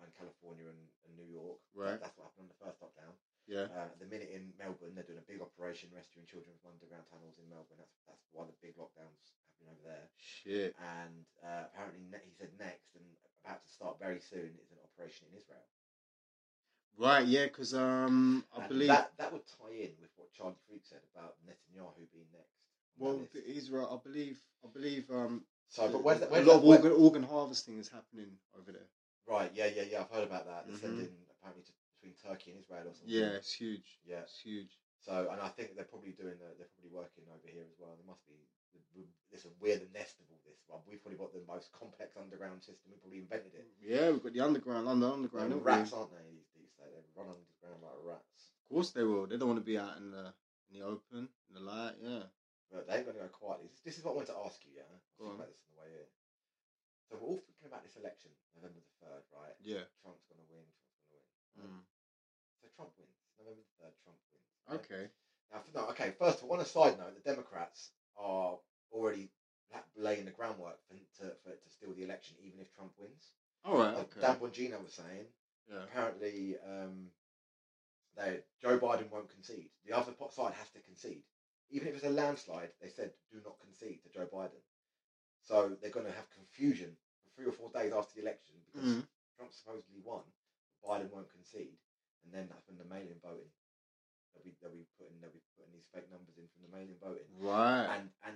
Speaker 2: and California and, and New York.
Speaker 1: Right.
Speaker 2: That's what happened on the first lockdown.
Speaker 1: yeah.
Speaker 2: Uh, at the minute in Melbourne, they're doing a big operation rescuing children from underground tunnels in Melbourne. That's that's why the big lockdown's happening over there.
Speaker 1: Shit.
Speaker 2: And uh, apparently, ne- he said next and about to start very soon is an operation in Israel.
Speaker 1: Right, yeah, because um, I
Speaker 2: And
Speaker 1: believe
Speaker 2: that that would tie in with what Charlie Freak said about Netanyahu being next.
Speaker 1: well,
Speaker 2: That
Speaker 1: the
Speaker 2: is-
Speaker 1: Israel. I believe, I believe um,
Speaker 2: so but where's that? Where's
Speaker 1: a lot of
Speaker 2: that where-
Speaker 1: organ, organ harvesting is happening over there.
Speaker 2: right, yeah, yeah, yeah. I've heard about that. They're
Speaker 1: Mhm.
Speaker 2: sending apparently to, between Turkey and Israel or something.
Speaker 1: Yeah, it's huge.
Speaker 2: yeah.
Speaker 1: It's huge.
Speaker 2: So and I think they're probably doing the, they're probably working over here as well. They must be. Listen, we're the nest of all this. Well, we've probably got the most complex underground system. We probably invented it.
Speaker 1: Yeah, we've got the underground, London
Speaker 2: They're
Speaker 1: underground. haven't we?
Speaker 2: rats, aren't they? These these days, they run underground like rats.
Speaker 1: Of course they will. They don't want to be out in the in the open, in the light. Yeah.
Speaker 2: But they ain't gonna go quietly. This, this is what I wanted to ask you, yeah. I
Speaker 1: Go
Speaker 2: think
Speaker 1: on.
Speaker 2: about this on the way here. So we're all thinking about this election, November the third, right?
Speaker 1: Yeah.
Speaker 2: Trump's gonna win, Trump's gonna win. right?
Speaker 1: Mm.
Speaker 2: So Trump wins. November the third, Trump wins. right?
Speaker 1: Okay.
Speaker 2: Now, f- no, okay, first of all, on a side note, the Democrats are already la- laying the groundwork for, to, for to steal the election, even if Trump wins.
Speaker 1: All right.
Speaker 2: Like
Speaker 1: Okay.
Speaker 2: Dan Bongino was saying,
Speaker 1: Yeah.
Speaker 2: apparently, um, they Joe Biden won't concede. The other po- side has to concede, even if it's a landslide. They said do not concede to Joe Biden. So they're going to have confusion for three or four days after the election because
Speaker 1: Mm.
Speaker 2: Trump supposedly won, Biden won't concede, and then that's when the mail-in voting. They'll be they'll be putting they'll be putting these fake numbers in from the mail-in voting,
Speaker 1: Right.
Speaker 2: and and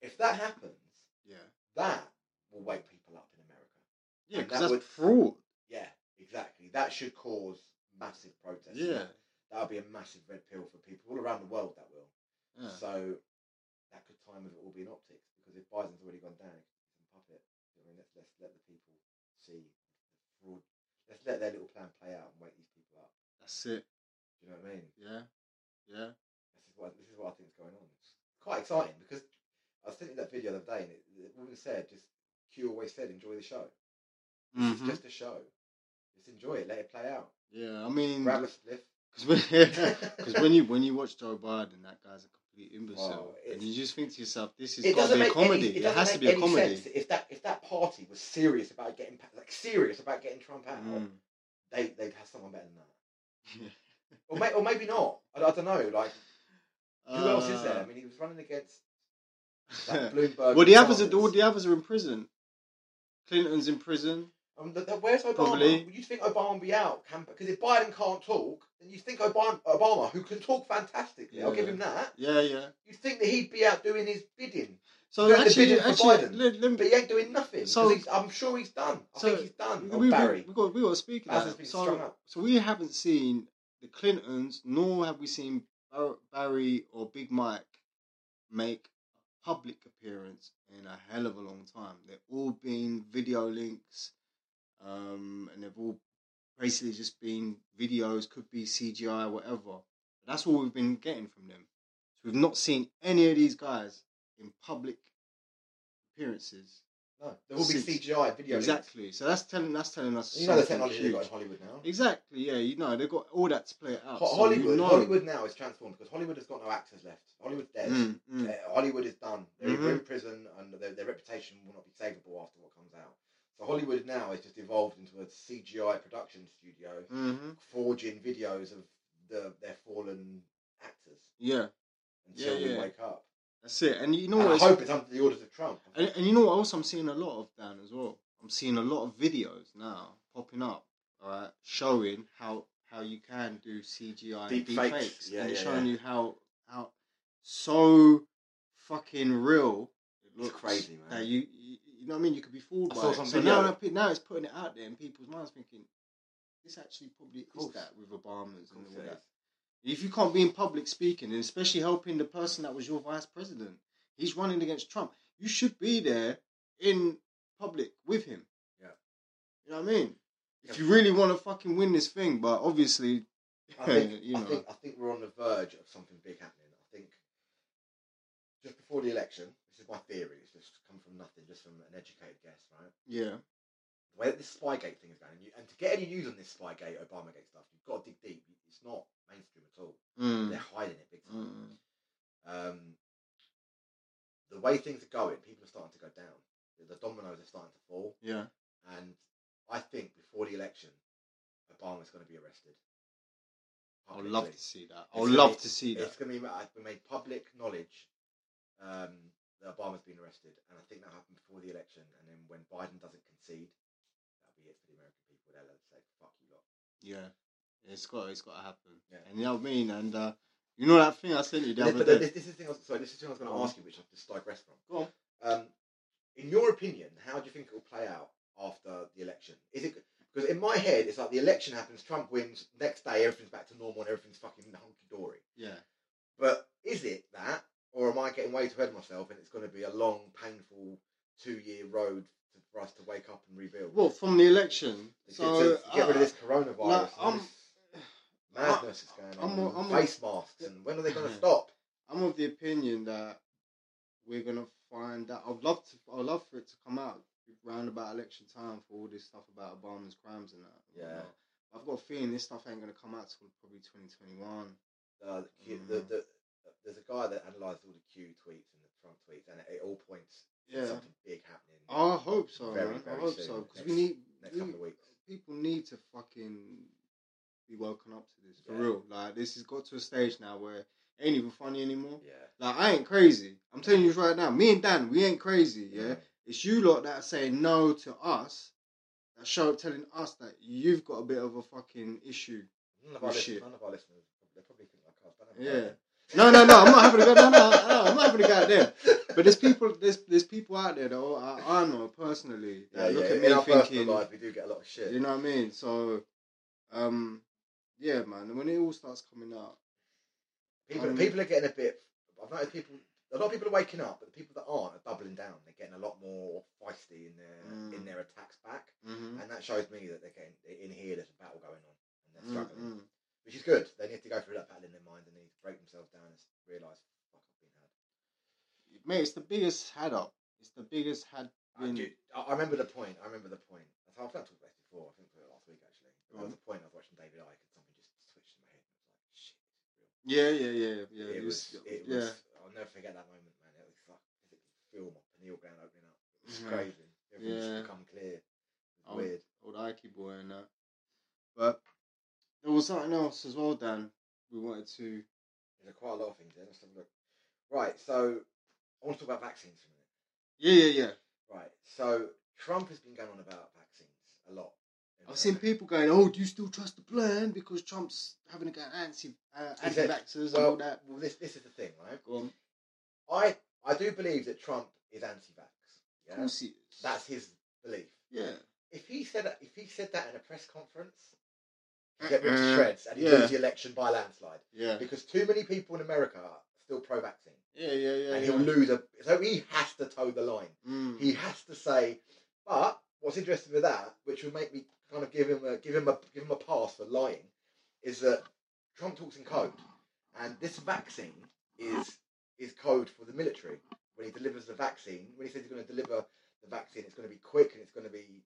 Speaker 2: if that happens,
Speaker 1: Yeah.
Speaker 2: that will wake people up in America.
Speaker 1: Yeah,
Speaker 2: and
Speaker 1: because
Speaker 2: that
Speaker 1: that's
Speaker 2: would-
Speaker 1: fraud.
Speaker 2: Yeah, exactly. That should cause massive protests.
Speaker 1: Yeah.
Speaker 2: that'll be a massive red pill for people all around the world. That will.
Speaker 1: yeah.
Speaker 2: So that could time with it all being optics because if Biden's already gone down, it's a puppet. I mean, let's let's let the people see the fraud. Let's let their little plan play out and wake these people up.
Speaker 1: That's it.
Speaker 2: Do you know what I mean?
Speaker 1: Yeah. Yeah.
Speaker 2: This is what this is what I think is going on. It's quite exciting because I was thinking that video the other day and it, the woman said, just Q always said, enjoy the show. It's
Speaker 1: Mhm.
Speaker 2: just a show. Just enjoy it. Let it play out.
Speaker 1: Yeah. I mean,
Speaker 2: Grab a spliff.
Speaker 1: Because when, 'cause when you when you watch Joe Biden, that guy's a complete imbecile,
Speaker 2: Wow,
Speaker 1: and
Speaker 2: it's-
Speaker 1: you just think to yourself, "This has
Speaker 2: it
Speaker 1: got to
Speaker 2: doesn't
Speaker 1: be a
Speaker 2: make
Speaker 1: comedy.
Speaker 2: Any, it,
Speaker 1: it
Speaker 2: doesn't
Speaker 1: has to
Speaker 2: make
Speaker 1: be a
Speaker 2: any
Speaker 1: comedy."
Speaker 2: Sense. If that if that party was serious about getting pa- like serious about getting Trump out,
Speaker 1: Mm.
Speaker 2: they they'd have someone better than that,
Speaker 1: Yeah.
Speaker 2: or, may, or maybe not. I, I don't know. Like who else is there? I
Speaker 1: Uh,
Speaker 2: mean, he was running against Like Bloomberg.
Speaker 1: well, the others are
Speaker 2: Sanders.
Speaker 1: all the others are in prison. Clinton's in prison.
Speaker 2: Um, the, the, where's Obama?
Speaker 1: Probably.
Speaker 2: You think Obama will be out? Because if Biden can't talk, then you think Obama, Obama who can talk fantastically, I'll give
Speaker 1: Yeah.
Speaker 2: him that.
Speaker 1: Yeah, yeah.
Speaker 2: You think that he'd be out doing his bidding,
Speaker 1: So
Speaker 2: They're
Speaker 1: actually,
Speaker 2: bidding for
Speaker 1: actually,
Speaker 2: Biden.
Speaker 1: let, let me-
Speaker 2: but he ain't doing nothing.
Speaker 1: So-
Speaker 2: So I'm sure he's done. I
Speaker 1: so
Speaker 2: think he's done.
Speaker 1: we,
Speaker 2: Or
Speaker 1: we,
Speaker 2: Barry.
Speaker 1: we got we got to speak about
Speaker 2: Biden
Speaker 1: it.
Speaker 2: been strung
Speaker 1: Uh, So,
Speaker 2: up.
Speaker 1: so we haven't seen the Clintons, nor have we seen Bar- Barry or Big Mike make a public appearance in a hell of a long time. They've all been video links, um, and they've all basically just been videos, could be CGI, whatever. But that's what we've been getting from them. So we've not seen any of these guys in public appearances.
Speaker 2: No, there will be
Speaker 1: Six.
Speaker 2: CGI video. links.
Speaker 1: Exactly. So that's telling that's telling us.
Speaker 2: You know the
Speaker 1: something
Speaker 2: technology they've
Speaker 1: huge.
Speaker 2: got in Hollywood now.
Speaker 1: Exactly. Yeah. You know they've got all that to play it out.
Speaker 2: Ho-
Speaker 1: so
Speaker 2: Hollywood,
Speaker 1: You know.
Speaker 2: Hollywood now is transformed because Hollywood has got no actors left. Hollywood's dead.
Speaker 1: Mm, mm.
Speaker 2: Uh, Hollywood is done. They're
Speaker 1: Mhm.
Speaker 2: in prison, and their, their reputation will not be savable after what comes out. So Hollywood now is just evolved into a CGI production studio,
Speaker 1: Mhm.
Speaker 2: forging videos of the their fallen actors
Speaker 1: Yeah.
Speaker 2: until
Speaker 1: Yeah, yeah.
Speaker 2: we wake up.
Speaker 1: That's it. And you know
Speaker 2: And
Speaker 1: what?
Speaker 2: I
Speaker 1: it's-
Speaker 2: hope it's under the orders of Trump.
Speaker 1: And, and you know what else I'm seeing a lot of Dan as well. I'm seeing a lot of videos now popping up, all right, showing how how you can do CGI and
Speaker 2: Deep
Speaker 1: deep
Speaker 2: fakes.
Speaker 1: fakes,
Speaker 2: Yeah,
Speaker 1: and
Speaker 2: yeah,
Speaker 1: showing
Speaker 2: yeah.
Speaker 1: you how how so fucking real. It
Speaker 2: It's crazy, man.
Speaker 1: That you, you you know what I mean? You could be fooled
Speaker 2: I
Speaker 1: by
Speaker 2: saw
Speaker 1: it.
Speaker 2: some
Speaker 1: So
Speaker 2: video.
Speaker 1: now pe- now it's putting it out there in people's minds, thinking this actually probably is
Speaker 2: course.
Speaker 1: that with Obama's and all
Speaker 2: It
Speaker 1: that.
Speaker 2: is.
Speaker 1: If you can't be in public speaking, and especially helping the person that was your vice president, he's running against Trump. You should be there in public with him.
Speaker 2: Yeah.
Speaker 1: You know what I mean? If you really want to fucking win this thing, but obviously,
Speaker 2: I think,
Speaker 1: you
Speaker 2: I
Speaker 1: know.
Speaker 2: think I think we're on the verge of something big happening. I think just before the election, this is my theory. It's just come from nothing, just from an educated guess, right?
Speaker 1: yeah,
Speaker 2: The way that this Spygate thing is going, and, you, and to get any news on this Spygate, Obamagate stuff, you've got to dig deep. It's not mainstream at all.
Speaker 1: mm.
Speaker 2: They're hiding it big time.
Speaker 1: Mm.
Speaker 2: Um, the way things are going, people are starting to go down. The- The dominoes are starting to fall,
Speaker 1: yeah.
Speaker 2: and I think before the election, Obama's going to be arrested.
Speaker 1: I would love
Speaker 2: Publicly.
Speaker 1: to see that. I
Speaker 2: It's
Speaker 1: would
Speaker 2: gonna
Speaker 1: love
Speaker 2: be-
Speaker 1: to see that.
Speaker 2: It's going to be it's been made public knowledge um, that Obama's been arrested, and I think that happened before the election. And then when Biden doesn't concede, that'll be it for the American people. They'll have to say, "Fuck you lot."
Speaker 1: Yeah, it's got it's got to happen.
Speaker 2: Yeah.
Speaker 1: And you know what I mean? And uh, you know that thing I sent you the
Speaker 2: This,
Speaker 1: other
Speaker 2: but
Speaker 1: day.
Speaker 2: this, this is the thing. I was, sorry, this is the thing I was going
Speaker 1: Go
Speaker 2: to
Speaker 1: on.
Speaker 2: ask you, which I've just digressed from.
Speaker 1: Go on.
Speaker 2: Um, in your opinion, how do you think it will play out after the election? Is it because in my head it's like the election happens, Trump wins, next day everything's back to normal and everything's fucking hunky dory.
Speaker 1: Yeah.
Speaker 2: But is it that, or am I getting way too ahead of myself and it's going to be a long, painful two year road to, for us to wake up and rebuild?
Speaker 1: Well, from the election,
Speaker 2: To-
Speaker 1: so
Speaker 2: to, to get rid of
Speaker 1: uh,
Speaker 2: this coronavirus
Speaker 1: no,
Speaker 2: and all
Speaker 1: I'm-
Speaker 2: this madness is going
Speaker 1: I'm
Speaker 2: on,
Speaker 1: more-
Speaker 2: and
Speaker 1: I'm more-
Speaker 2: face masks, and when are they going to stop?
Speaker 1: I'm of the opinion that we're gonna find out. I'd love to. I'd love for it to come out round about election time for all this stuff about Obama's crimes and that.
Speaker 2: Yeah.
Speaker 1: whatnot. I've got a feeling this stuff ain't gonna come out till probably 2021.
Speaker 2: Uh, the, Q- the,
Speaker 1: Mm.
Speaker 2: the, there's a guy that analysed all the Q tweets and the Trump tweets, and it all points to
Speaker 1: Yeah.
Speaker 2: something big happening
Speaker 1: I hope so,
Speaker 2: Very,
Speaker 1: man.
Speaker 2: very
Speaker 1: I hope
Speaker 2: soon.
Speaker 1: so because
Speaker 2: Next-
Speaker 1: we need
Speaker 2: next
Speaker 1: we-
Speaker 2: couple of weeks.
Speaker 1: people need to fucking be woken up to this for
Speaker 2: Yeah.
Speaker 1: real. Like this has got to a stage now where it ain't even funny anymore.
Speaker 2: Yeah.
Speaker 1: Like I ain't crazy. I'm telling you right now. Me and Dan, we ain't crazy. yeah? It's you lot that are saying no to us, that show up telling us that you've got a bit of a fucking issue.
Speaker 2: None of our
Speaker 1: Oh,
Speaker 2: listeners,
Speaker 1: shit.
Speaker 2: none of our listeners, they probably think like us. but I don't
Speaker 1: Yeah. No,
Speaker 2: know.
Speaker 1: no, no, I'm not having a go. No, no, no, I'm not having a go at them. But there's people, there's there's people out there that I, I know personally
Speaker 2: Yeah,
Speaker 1: that look
Speaker 2: yeah.
Speaker 1: at
Speaker 2: in
Speaker 1: me
Speaker 2: our
Speaker 1: thinking,
Speaker 2: personal life, we do get a lot of shit.
Speaker 1: you know what I mean? So, um, yeah, man. When it all starts coming out,
Speaker 2: People,
Speaker 1: Um,
Speaker 2: people are getting a bit. I've noticed people. A lot of people are waking up, but the people that aren't are doubling down. They're getting a lot more feisty in their
Speaker 1: Mm.
Speaker 2: in their attacks back,
Speaker 1: mm-hmm.
Speaker 2: and that shows me that they're getting in here. There's a battle going on, and
Speaker 1: mm-hmm.
Speaker 2: they're
Speaker 1: Mm,
Speaker 2: struggling, which is good. They need to go through that battle in their mind, and they need to break themselves down and realize, fuck, I've been had.
Speaker 1: mate, it's the biggest had up. It's the biggest had
Speaker 2: I,
Speaker 1: been.
Speaker 2: do, I I remember the point. I remember the point. I thought- I've talked about this before. I think we were last week actually. There
Speaker 1: Mm.
Speaker 2: was a point I was watching David Icke, and something just switched in my head. and I was like, shit.
Speaker 1: Yeah, yeah, yeah, yeah.
Speaker 2: it
Speaker 1: it
Speaker 2: was,
Speaker 1: was-
Speaker 2: it
Speaker 1: yeah.
Speaker 2: was, I'll never forget that moment, man. It was like I could feel my pineal gland opening up. It was
Speaker 1: Yeah.
Speaker 2: crazy. Everything
Speaker 1: Mm-hmm. Yeah.
Speaker 2: just become clear. It
Speaker 1: Oh.
Speaker 2: was weird.
Speaker 1: old Ike boy and that. But there was something else as well, Dan. We wanted to.
Speaker 2: There's quite a lot of things there. Let's have a look. Right, so I want to talk about vaccines for a minute.
Speaker 1: Yeah, yeah, yeah.
Speaker 2: Right. So Trump has been going on about vaccines a lot.
Speaker 1: I've seen people going, "Oh, do you still trust the plan?" Because Trump's having a go at anti uh,
Speaker 2: He said-
Speaker 1: anti-vaxxers and all
Speaker 2: Well,
Speaker 1: that.
Speaker 2: well, this this is the thing, right?
Speaker 1: Go on.
Speaker 2: I I do believe that Trump is anti-vax.
Speaker 1: Of
Speaker 2: Yeah,
Speaker 1: course he is.
Speaker 2: that's his belief.
Speaker 1: yeah.
Speaker 2: If he said that, if he said that in a press conference, he'd get ripped
Speaker 1: Uh-uh.
Speaker 2: to shreds and he'd
Speaker 1: Yeah.
Speaker 2: lose the election by a landslide
Speaker 1: Yeah.
Speaker 2: because too many people in America are still pro-vaccine,
Speaker 1: Yeah, yeah, yeah.
Speaker 2: and
Speaker 1: yeah.
Speaker 2: he'll lose a. So he has to toe the line.
Speaker 1: Mm.
Speaker 2: He has to say. But what's interesting with that, which will make me kind of give him a give him a give him a pass for lying, is that Trump talks in code, and this vaccine is is code for the military. When he delivers the vaccine, when he says he's going to deliver the vaccine, it's going to be quick and it's going to be.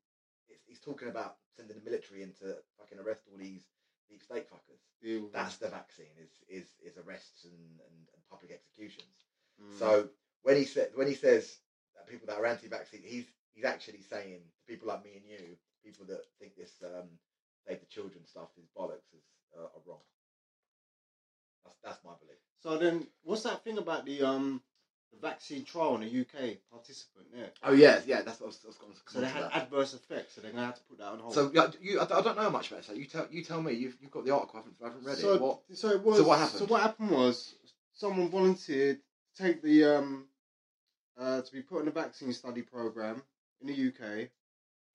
Speaker 2: It's, he's talking about sending the military in to fucking arrest all these deep state fuckers.
Speaker 1: Deal with
Speaker 2: That's
Speaker 1: it.
Speaker 2: the vaccine. Is is is arrests and, and, and public executions.
Speaker 1: Mm.
Speaker 2: So when he said when he says that people that are anti-vaccine, he's he's actually saying to people like me and you, people that think this um, save the children stuff is bollocks is uh, are wrong. That's that's my belief.
Speaker 1: So then, what's that thing about the um the vaccine trial in the UK participant? Yeah.
Speaker 2: Oh yes, yeah, that's what I was, I was going to
Speaker 1: So they had adverse effects, so they're gonna have to put that on hold.
Speaker 2: Oh. So yeah, you, I, I don't know much about it. So you tell you tell me. You've you've got the article. I haven't, I haven't read
Speaker 1: so,
Speaker 2: it. What?
Speaker 1: so it was.
Speaker 2: so what happened?
Speaker 1: So what happened was someone volunteered to take the um uh to be put in a vaccine study program in the UK.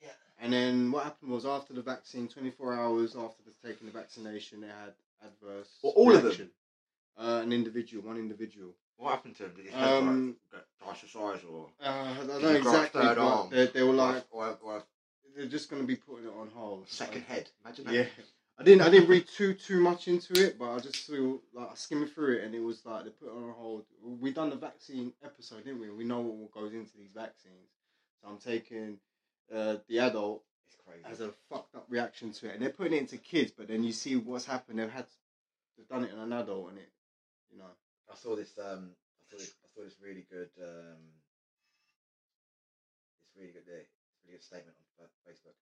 Speaker 2: Yeah.
Speaker 1: And then what happened was after the vaccine, 24 hours after the taking the vaccination, they had adverse.
Speaker 2: Well, all of them?
Speaker 1: reaction. Uh, an individual, one individual.
Speaker 2: What happened to him? Did he
Speaker 1: Um,
Speaker 2: size or
Speaker 1: Uh, I don't
Speaker 2: Did
Speaker 1: know
Speaker 2: he grasp
Speaker 1: exactly,
Speaker 2: that
Speaker 1: but
Speaker 2: arm?
Speaker 1: they, they were like,
Speaker 2: or, or a
Speaker 1: they're just going to be putting it on hold.
Speaker 2: head? Imagine
Speaker 1: Yeah, I didn't. I didn't read too too much into it, but I just saw like skimming through it, and it was like they put it on hold. We done the vaccine episode, didn't we? We know what goes into these vaccines. So I'm taking uh, the adult
Speaker 2: It's crazy.
Speaker 1: has a fucked up reaction to it, and they're putting it into kids. But then you see what's happened. They've had they've done it in an adult, and it, you know,
Speaker 2: I saw this. Um, I saw this. I saw this really good. Um, this really good. uh, Really good statement on Fa- Facebook.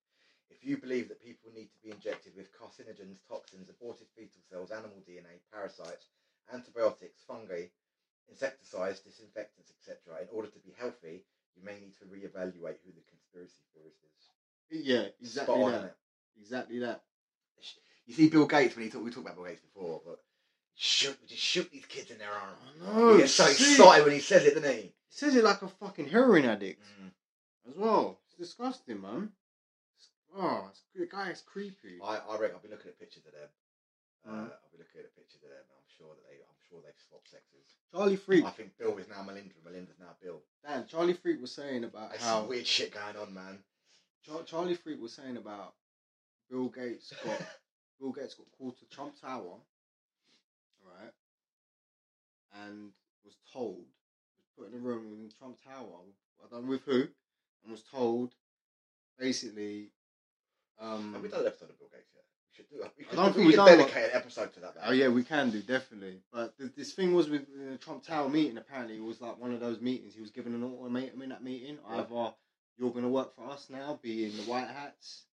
Speaker 2: If you believe that people need to be injected with carcinogens, toxins, aborted fetal cells, animal DNA, parasites, antibiotics, fungi, insecticides, disinfectants, etc., in order to be healthy, you may need to reevaluate who the conspiracy theorist is.
Speaker 1: yeah, exactly
Speaker 2: Spot on,
Speaker 1: that,
Speaker 2: innit?
Speaker 1: exactly that.
Speaker 2: You see, Bill Gates. When he talked, we talked about Bill Gates before, but shoot, just shoot these kids in their arm.
Speaker 1: know.
Speaker 2: he gets so
Speaker 1: see?
Speaker 2: excited when he says it, doesn't he?
Speaker 1: He says it like a fucking heroin addict.
Speaker 2: Mm.
Speaker 1: as well. It's disgusting, man. It's- Oh, it's, the guy is creepy.
Speaker 2: I, I reckon I've been looking at pictures of them. Uh,
Speaker 1: Mhm.
Speaker 2: I've been looking at pictures of them. and I'm sure that they, I'm sure they've swapped sexes.
Speaker 1: Charlie Freak,
Speaker 2: I think Bill is now Melinda. Melinda's now Bill.
Speaker 1: Dan. Charlie Freak was saying about
Speaker 2: There's
Speaker 1: how
Speaker 2: some weird shit going on, man.
Speaker 1: Char- Charlie Freak was saying about Bill Gates got Bill Gates got called to Trump Tower, right, and was told was put in a room within Trump Tower. I don't know with who, and was told basically. Um,
Speaker 2: Have we done an episode of Bill Gates yet? We should do. We
Speaker 1: I
Speaker 2: could,
Speaker 1: don't
Speaker 2: we
Speaker 1: think we've
Speaker 2: could
Speaker 1: done
Speaker 2: dedicate an episode to that. man.
Speaker 1: Oh yeah, we can do definitely. But th- this thing was with the Trump Tower meeting. Apparently, it was like one of those meetings. He was given an ultimatum in that meeting:
Speaker 2: Yeah.
Speaker 1: either you're going to work for us now, be in the white hats,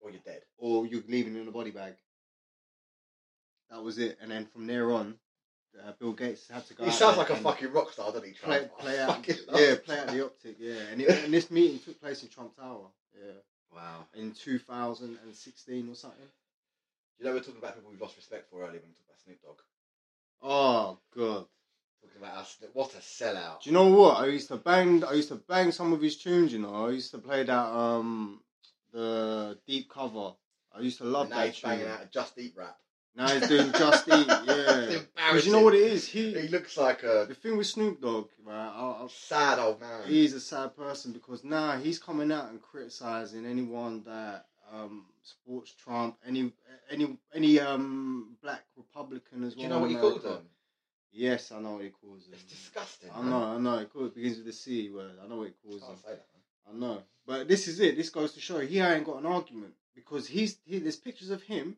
Speaker 2: Or you're dead.
Speaker 1: or you're leaving in a body bag. That was it. And then from there on, uh, Bill Gates had to go.
Speaker 2: He
Speaker 1: out
Speaker 2: sounds
Speaker 1: there
Speaker 2: like a
Speaker 1: and
Speaker 2: fucking rock star, doesn't he?
Speaker 1: play,
Speaker 2: Trump? I
Speaker 1: play out.
Speaker 2: fucking love
Speaker 1: Yeah,
Speaker 2: him.
Speaker 1: play out the optic. Yeah, and, it, and this meeting took place in Trump Tower. Yeah,
Speaker 2: Wow.
Speaker 1: in 2016 or something.
Speaker 2: You know, we're talking about people we've lost respect for earlier when we talked about Snoop Dogg.
Speaker 1: Oh god.
Speaker 2: Talking about us. What a sellout.
Speaker 1: Do you know what? I used to bang. I used to bang some of his tunes. You know, I used to play that um the deep cover. I used to love
Speaker 2: And now
Speaker 1: that
Speaker 2: he's banging
Speaker 1: tune.
Speaker 2: out a Just Eat rap.
Speaker 1: Now he's doing Just Eat. Yeah,
Speaker 2: It's
Speaker 1: because you know what it is. He
Speaker 2: He looks like a
Speaker 1: the thing with Snoop Dogg, right? I,
Speaker 2: sad old man.
Speaker 1: I, he's a sad person because now he's coming out and criticizing anyone that um supports Trump, any any any um black Republican as
Speaker 2: Do
Speaker 1: well.
Speaker 2: you know what
Speaker 1: in
Speaker 2: he called
Speaker 1: America.
Speaker 2: them?
Speaker 1: Yes, I know what he calls them.
Speaker 2: It's disgusting.
Speaker 1: I
Speaker 2: man.
Speaker 1: know, I know. It calls- begins with the C word. I know what it
Speaker 2: You
Speaker 1: calls them.
Speaker 2: can't say that, man.
Speaker 1: I know, but this is it. This goes to show he ain't got an argument because he's he, there's pictures of him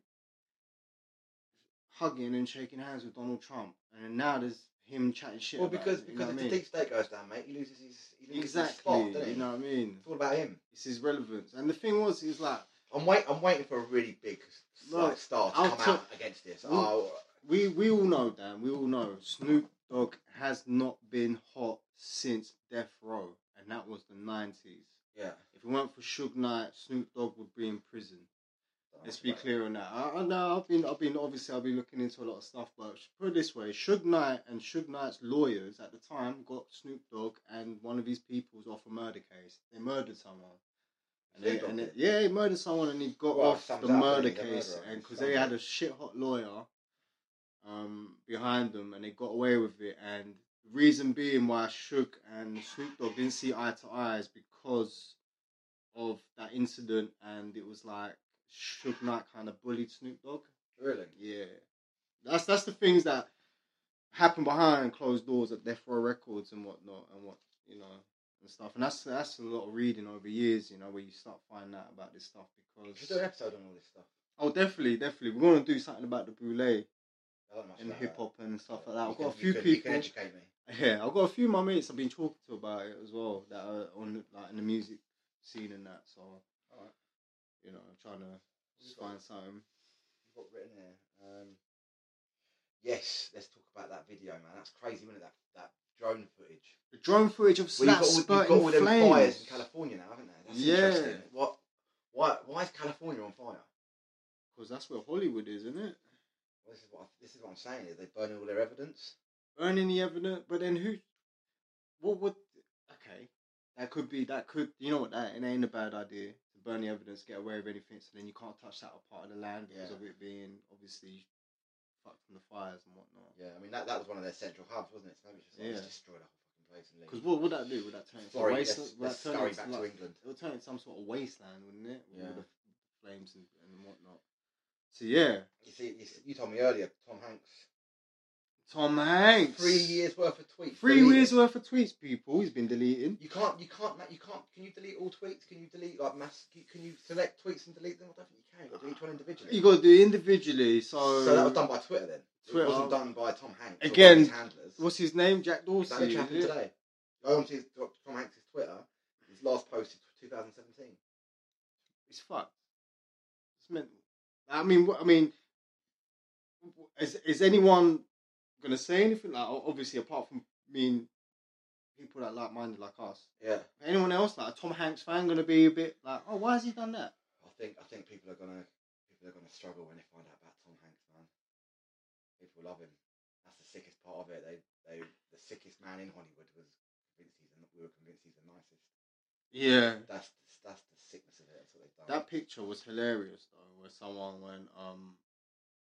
Speaker 1: hugging and shaking hands with Donald Trump, and then now there's him chatting shit.
Speaker 2: Well,
Speaker 1: about
Speaker 2: because
Speaker 1: it, you know
Speaker 2: because
Speaker 1: what
Speaker 2: if
Speaker 1: I
Speaker 2: the
Speaker 1: mean?
Speaker 2: deep state goes down, mate, he loses his he loses his
Speaker 1: exactly,
Speaker 2: spot, doesn't he?
Speaker 1: you know what I mean?
Speaker 2: It's all about him.
Speaker 1: It's his relevance, and the thing was, he's like
Speaker 2: I'm wait I'm waiting for a really big s-
Speaker 1: No,
Speaker 2: like, star to
Speaker 1: I'll
Speaker 2: come
Speaker 1: tell-
Speaker 2: out against this.
Speaker 1: Mm.
Speaker 2: Oh,
Speaker 1: we we all know, Dan, we all know Snoop Dogg has not been hot since Death Row, and that was the nineties.
Speaker 2: Yeah.
Speaker 1: If it weren't for Suge Knight, Snoop Dogg would be in prison.
Speaker 2: Don't
Speaker 1: Let's
Speaker 2: ask
Speaker 1: be
Speaker 2: about
Speaker 1: clear on that. I, I know I've been, I've been obviously, I've been looking into a lot of stuff, but put it this way: Suge Knight and Suge Knight's lawyers at the time got Snoop Dogg and one of his peoples off a murder case. They murdered someone. And they,
Speaker 2: Snoop Dogg
Speaker 1: and they-
Speaker 2: did?
Speaker 1: yeah, he murdered someone and he got
Speaker 2: Well,
Speaker 1: off
Speaker 2: sums
Speaker 1: the
Speaker 2: up that
Speaker 1: murder
Speaker 2: he's a
Speaker 1: case,
Speaker 2: murderer,
Speaker 1: and
Speaker 2: it's
Speaker 1: because they
Speaker 2: fine.
Speaker 1: had a shit hot lawyer um, behind them, and they got away with it. And the reason being why Suge and Snoop Dogg didn't see eye to eye is because of that incident, and it was like Suge Knight kind of bullied Snoop Dogg.
Speaker 2: it. Really?
Speaker 1: Yeah, that's that's the things that happen behind closed doors at Death Row Records and whatnot, and what you know and stuff. And that's that's a lot of reading over years, you know, where you start finding out about this stuff
Speaker 2: We should do
Speaker 1: because
Speaker 2: an episode on all this stuff.
Speaker 1: oh, definitely, definitely, we're gonna do something about the brulee
Speaker 2: I don't know much
Speaker 1: and
Speaker 2: about
Speaker 1: hip
Speaker 2: that.
Speaker 1: hop and stuff like
Speaker 2: You
Speaker 1: that. I've
Speaker 2: can-
Speaker 1: got a few
Speaker 2: you can- You can
Speaker 1: people.
Speaker 2: educate me.
Speaker 1: Yeah, I've got a few of my mates I've been talking to about it as well that are on the- like in the music scene and that. So,
Speaker 2: Alright.
Speaker 1: you know, I'm trying to
Speaker 2: We've
Speaker 1: just
Speaker 2: got-
Speaker 1: find something.
Speaker 2: we've got written here. Um, yes, let's talk about that video, man. That's crazy, isn't it? That that drone footage.
Speaker 1: The drone footage of
Speaker 2: Well,
Speaker 1: Slap
Speaker 2: you've got, all- you've
Speaker 1: spurting
Speaker 2: got all them
Speaker 1: flames.
Speaker 2: fires in California now, haven't there? That's
Speaker 1: Yeah.
Speaker 2: interesting. What? Why? Why is California on fire?
Speaker 1: Because that's where Hollywood is, isn't it?
Speaker 2: Well, this is what I, this is what I'm saying. Is they burning all their evidence?
Speaker 1: Earning the evidence, but then who? What would? Okay, that could be. That could. You know what? That it ain't a bad idea to burn the evidence, get away with anything, so then you can't touch that part of the land because
Speaker 2: Yeah.
Speaker 1: of it being obviously fucked from the fires and whatnot.
Speaker 2: Yeah, I mean that, that was one of their central hubs, wasn't it? So maybe just, like,
Speaker 1: Yeah.
Speaker 2: just destroy the whole fucking place and leave.
Speaker 1: Because what would that do? Would that turn it into
Speaker 2: Sorry,
Speaker 1: waste-
Speaker 2: let's,
Speaker 1: would that
Speaker 2: let's
Speaker 1: turn it
Speaker 2: scurry
Speaker 1: into
Speaker 2: back
Speaker 1: like-
Speaker 2: to England.
Speaker 1: it would turn into some sort of wasteland, wouldn't it? With
Speaker 2: Yeah.
Speaker 1: all the flames and, and whatnot. So yeah,
Speaker 2: You see, you, s- you told me earlier, Tom Hanks.
Speaker 1: Tom Hanks.
Speaker 2: Three years worth of tweets.
Speaker 1: Three
Speaker 2: deleted.
Speaker 1: years worth of tweets, people. He's been deleting.
Speaker 2: You can't, you can't, ma- you can't. Can you delete all tweets? Can you delete like mass? can you- Can you select tweets and delete them? I don't think you can. You got to delete one individually.
Speaker 1: You got to do it individually. So,
Speaker 2: so that was done by Twitter then.
Speaker 1: Twitter.
Speaker 2: It wasn't done by Tom Hanks.
Speaker 1: Again,
Speaker 2: or one of his handlers.
Speaker 1: what's his name? Jack
Speaker 2: that
Speaker 1: Dorsey.
Speaker 2: literally
Speaker 1: is
Speaker 2: happened
Speaker 1: it?
Speaker 2: today? Go on to his, Tom Hanks' Twitter. His last post is 2017.
Speaker 1: It's fucked. It's mental. I mean, wh- I mean, wh- is is anyone gonna say anything? Like, o- obviously, apart from me and people that like minded like us.
Speaker 2: Yeah,
Speaker 1: Anyone else like a Tom Hanks fan gonna be a bit like, oh, why has he done that?
Speaker 2: I think I think people are gonna people are gonna struggle when they find out about Tom Hanks, man. People love him. That's the sickest part of it. They they the sickest man in Hollywood was convinced he's the, we were convinced he's the nicest.
Speaker 1: Yeah,
Speaker 2: That's the, that's the sickness of it. That's what they've done.
Speaker 1: that picture was hilarious though, where someone went um.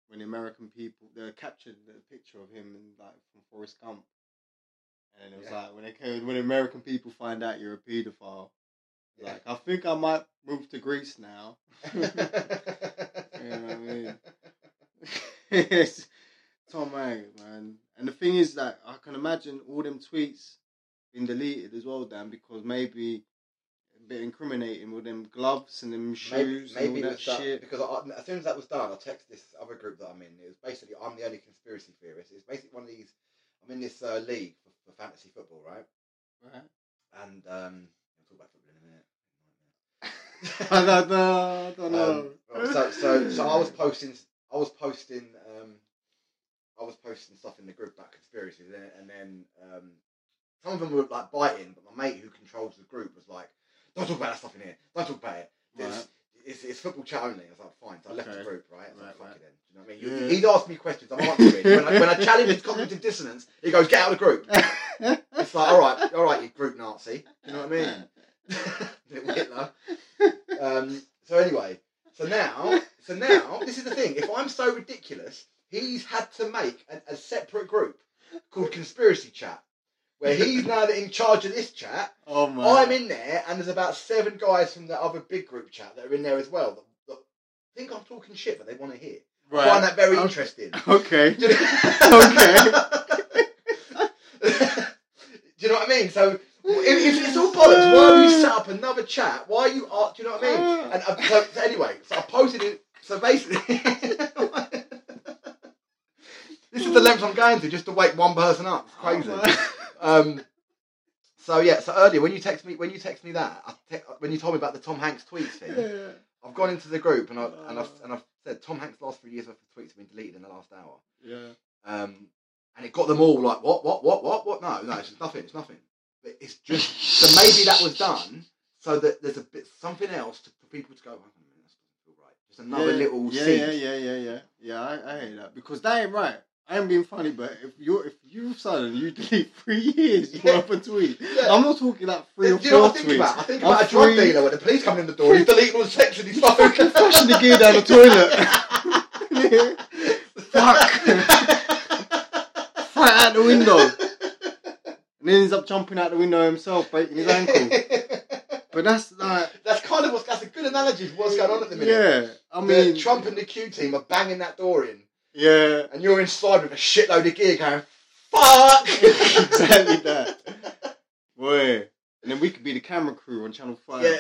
Speaker 1: When the American people they captured the picture of him and like from Forrest Gump, and it was
Speaker 2: Yeah.
Speaker 1: like when they came, when American people find out you're a paedophile,
Speaker 2: Yeah.
Speaker 1: like I think I might move to Greece now. know what I mean? Yes, Tom Hanks, man. And the thing is that I can imagine all them tweets being deleted as well, Dan, because maybe a bit incriminating with them gloves and them shoes
Speaker 2: maybe,
Speaker 1: and
Speaker 2: maybe
Speaker 1: all that
Speaker 2: it was done-
Speaker 1: shit.
Speaker 2: because I, as soon as that was done, I texted this other group that I'm in. It was basically I'm the only conspiracy theorist. It's basically one of these. I'm in this uh, league for, for fantasy football, right?
Speaker 1: Right.
Speaker 2: And um, we'll talk about football in a minute.
Speaker 1: I don't know. I don't know.
Speaker 2: Um, well, so, so, so I was posting, I was posting, um, I was posting stuff in the group about conspiracies, and then, and then um, some of them were like biting, but my mate who controls the group was like, "Don't talk about that stuff in here. Don't talk about it. It's,
Speaker 1: Right.
Speaker 2: it's, it's football chat only." I was like, "Fine." So I left
Speaker 1: Okay.
Speaker 2: the group, right? I was like,
Speaker 1: Right,
Speaker 2: "Fuck
Speaker 1: right.
Speaker 2: it then." Do you know what I mean? You-
Speaker 1: Yeah.
Speaker 2: He'd asked me questions. I'm answering. when, I, when I challenge his cognitive dissonance, he goes, "Get out of the group." It's like, "All right, all right, you group Nazi." Do you know what I mean? Little Hitler. Um, so anyway, so now, so now, this is the thing. If I'm so ridiculous, he's had to make a, a separate group called Conspiracy Chat, where he's now in charge of this chat.
Speaker 1: Oh man.
Speaker 2: I'm in there, and there's about seven guys from the other big group chat that are in there as well. That, that think I'm talking shit, but they want to hear. I
Speaker 1: Right.
Speaker 2: Find that very
Speaker 1: Okay.
Speaker 2: interesting.
Speaker 1: Okay.
Speaker 2: Do you do you know what I mean? So if, if it's all bollocks, why don't we set up another chat? Why are you? ar- Do you know what I
Speaker 1: Uh.
Speaker 2: mean? And I, so, so anyway, so I posted it. So basically, this is the length I'm going to just to wake one person up. It's crazy.
Speaker 1: Oh, man.
Speaker 2: Um, so yeah, so earlier when you text me when you text me that I te- when you told me about the Tom Hanks tweets thing,
Speaker 1: yeah.
Speaker 2: I've gone into the group and I and
Speaker 1: Oh.
Speaker 2: I've and I've said Tom Hanks' last three years worth of tweets have been deleted in the last hour.
Speaker 1: Yeah.
Speaker 2: Um, and it got them all like, what, what, what, what, what? No, no, it's nothing, it's nothing. But it's just so maybe that was done so that there's a bit something else to, for people to go. Oh, man, that's not feel right. Just another
Speaker 1: yeah,
Speaker 2: little
Speaker 1: yeah,
Speaker 2: seed.
Speaker 1: yeah, yeah, yeah, yeah, yeah. I, I hate that because that ain't right. I ain't being funny, but if you're if you sudden you delete three years
Speaker 2: Yeah.
Speaker 1: worth of tweets,
Speaker 2: Yeah.
Speaker 1: I'm not talking like three or
Speaker 2: Do you know
Speaker 1: four
Speaker 2: what I think about? I
Speaker 1: tweets.
Speaker 2: think
Speaker 1: I'm
Speaker 2: about a drug
Speaker 1: free.
Speaker 2: dealer when the police come in the door, he's deleting all the section he's fucking
Speaker 1: Fucking flushing the gear down the toilet.
Speaker 2: Fuck.
Speaker 1: Right out the window, and then he ends up jumping out the window himself, breaking his ankle. But that's like,
Speaker 2: That's kind of what's that's a good analogy for what's going on at the minute.
Speaker 1: yeah. I
Speaker 2: The
Speaker 1: mean,
Speaker 2: Trump and the Q team are banging that door in,
Speaker 1: yeah,
Speaker 2: and you're inside with a shitload of gear going, fuck!
Speaker 1: exactly that. Boy, and then we could be the camera crew on Channel Five.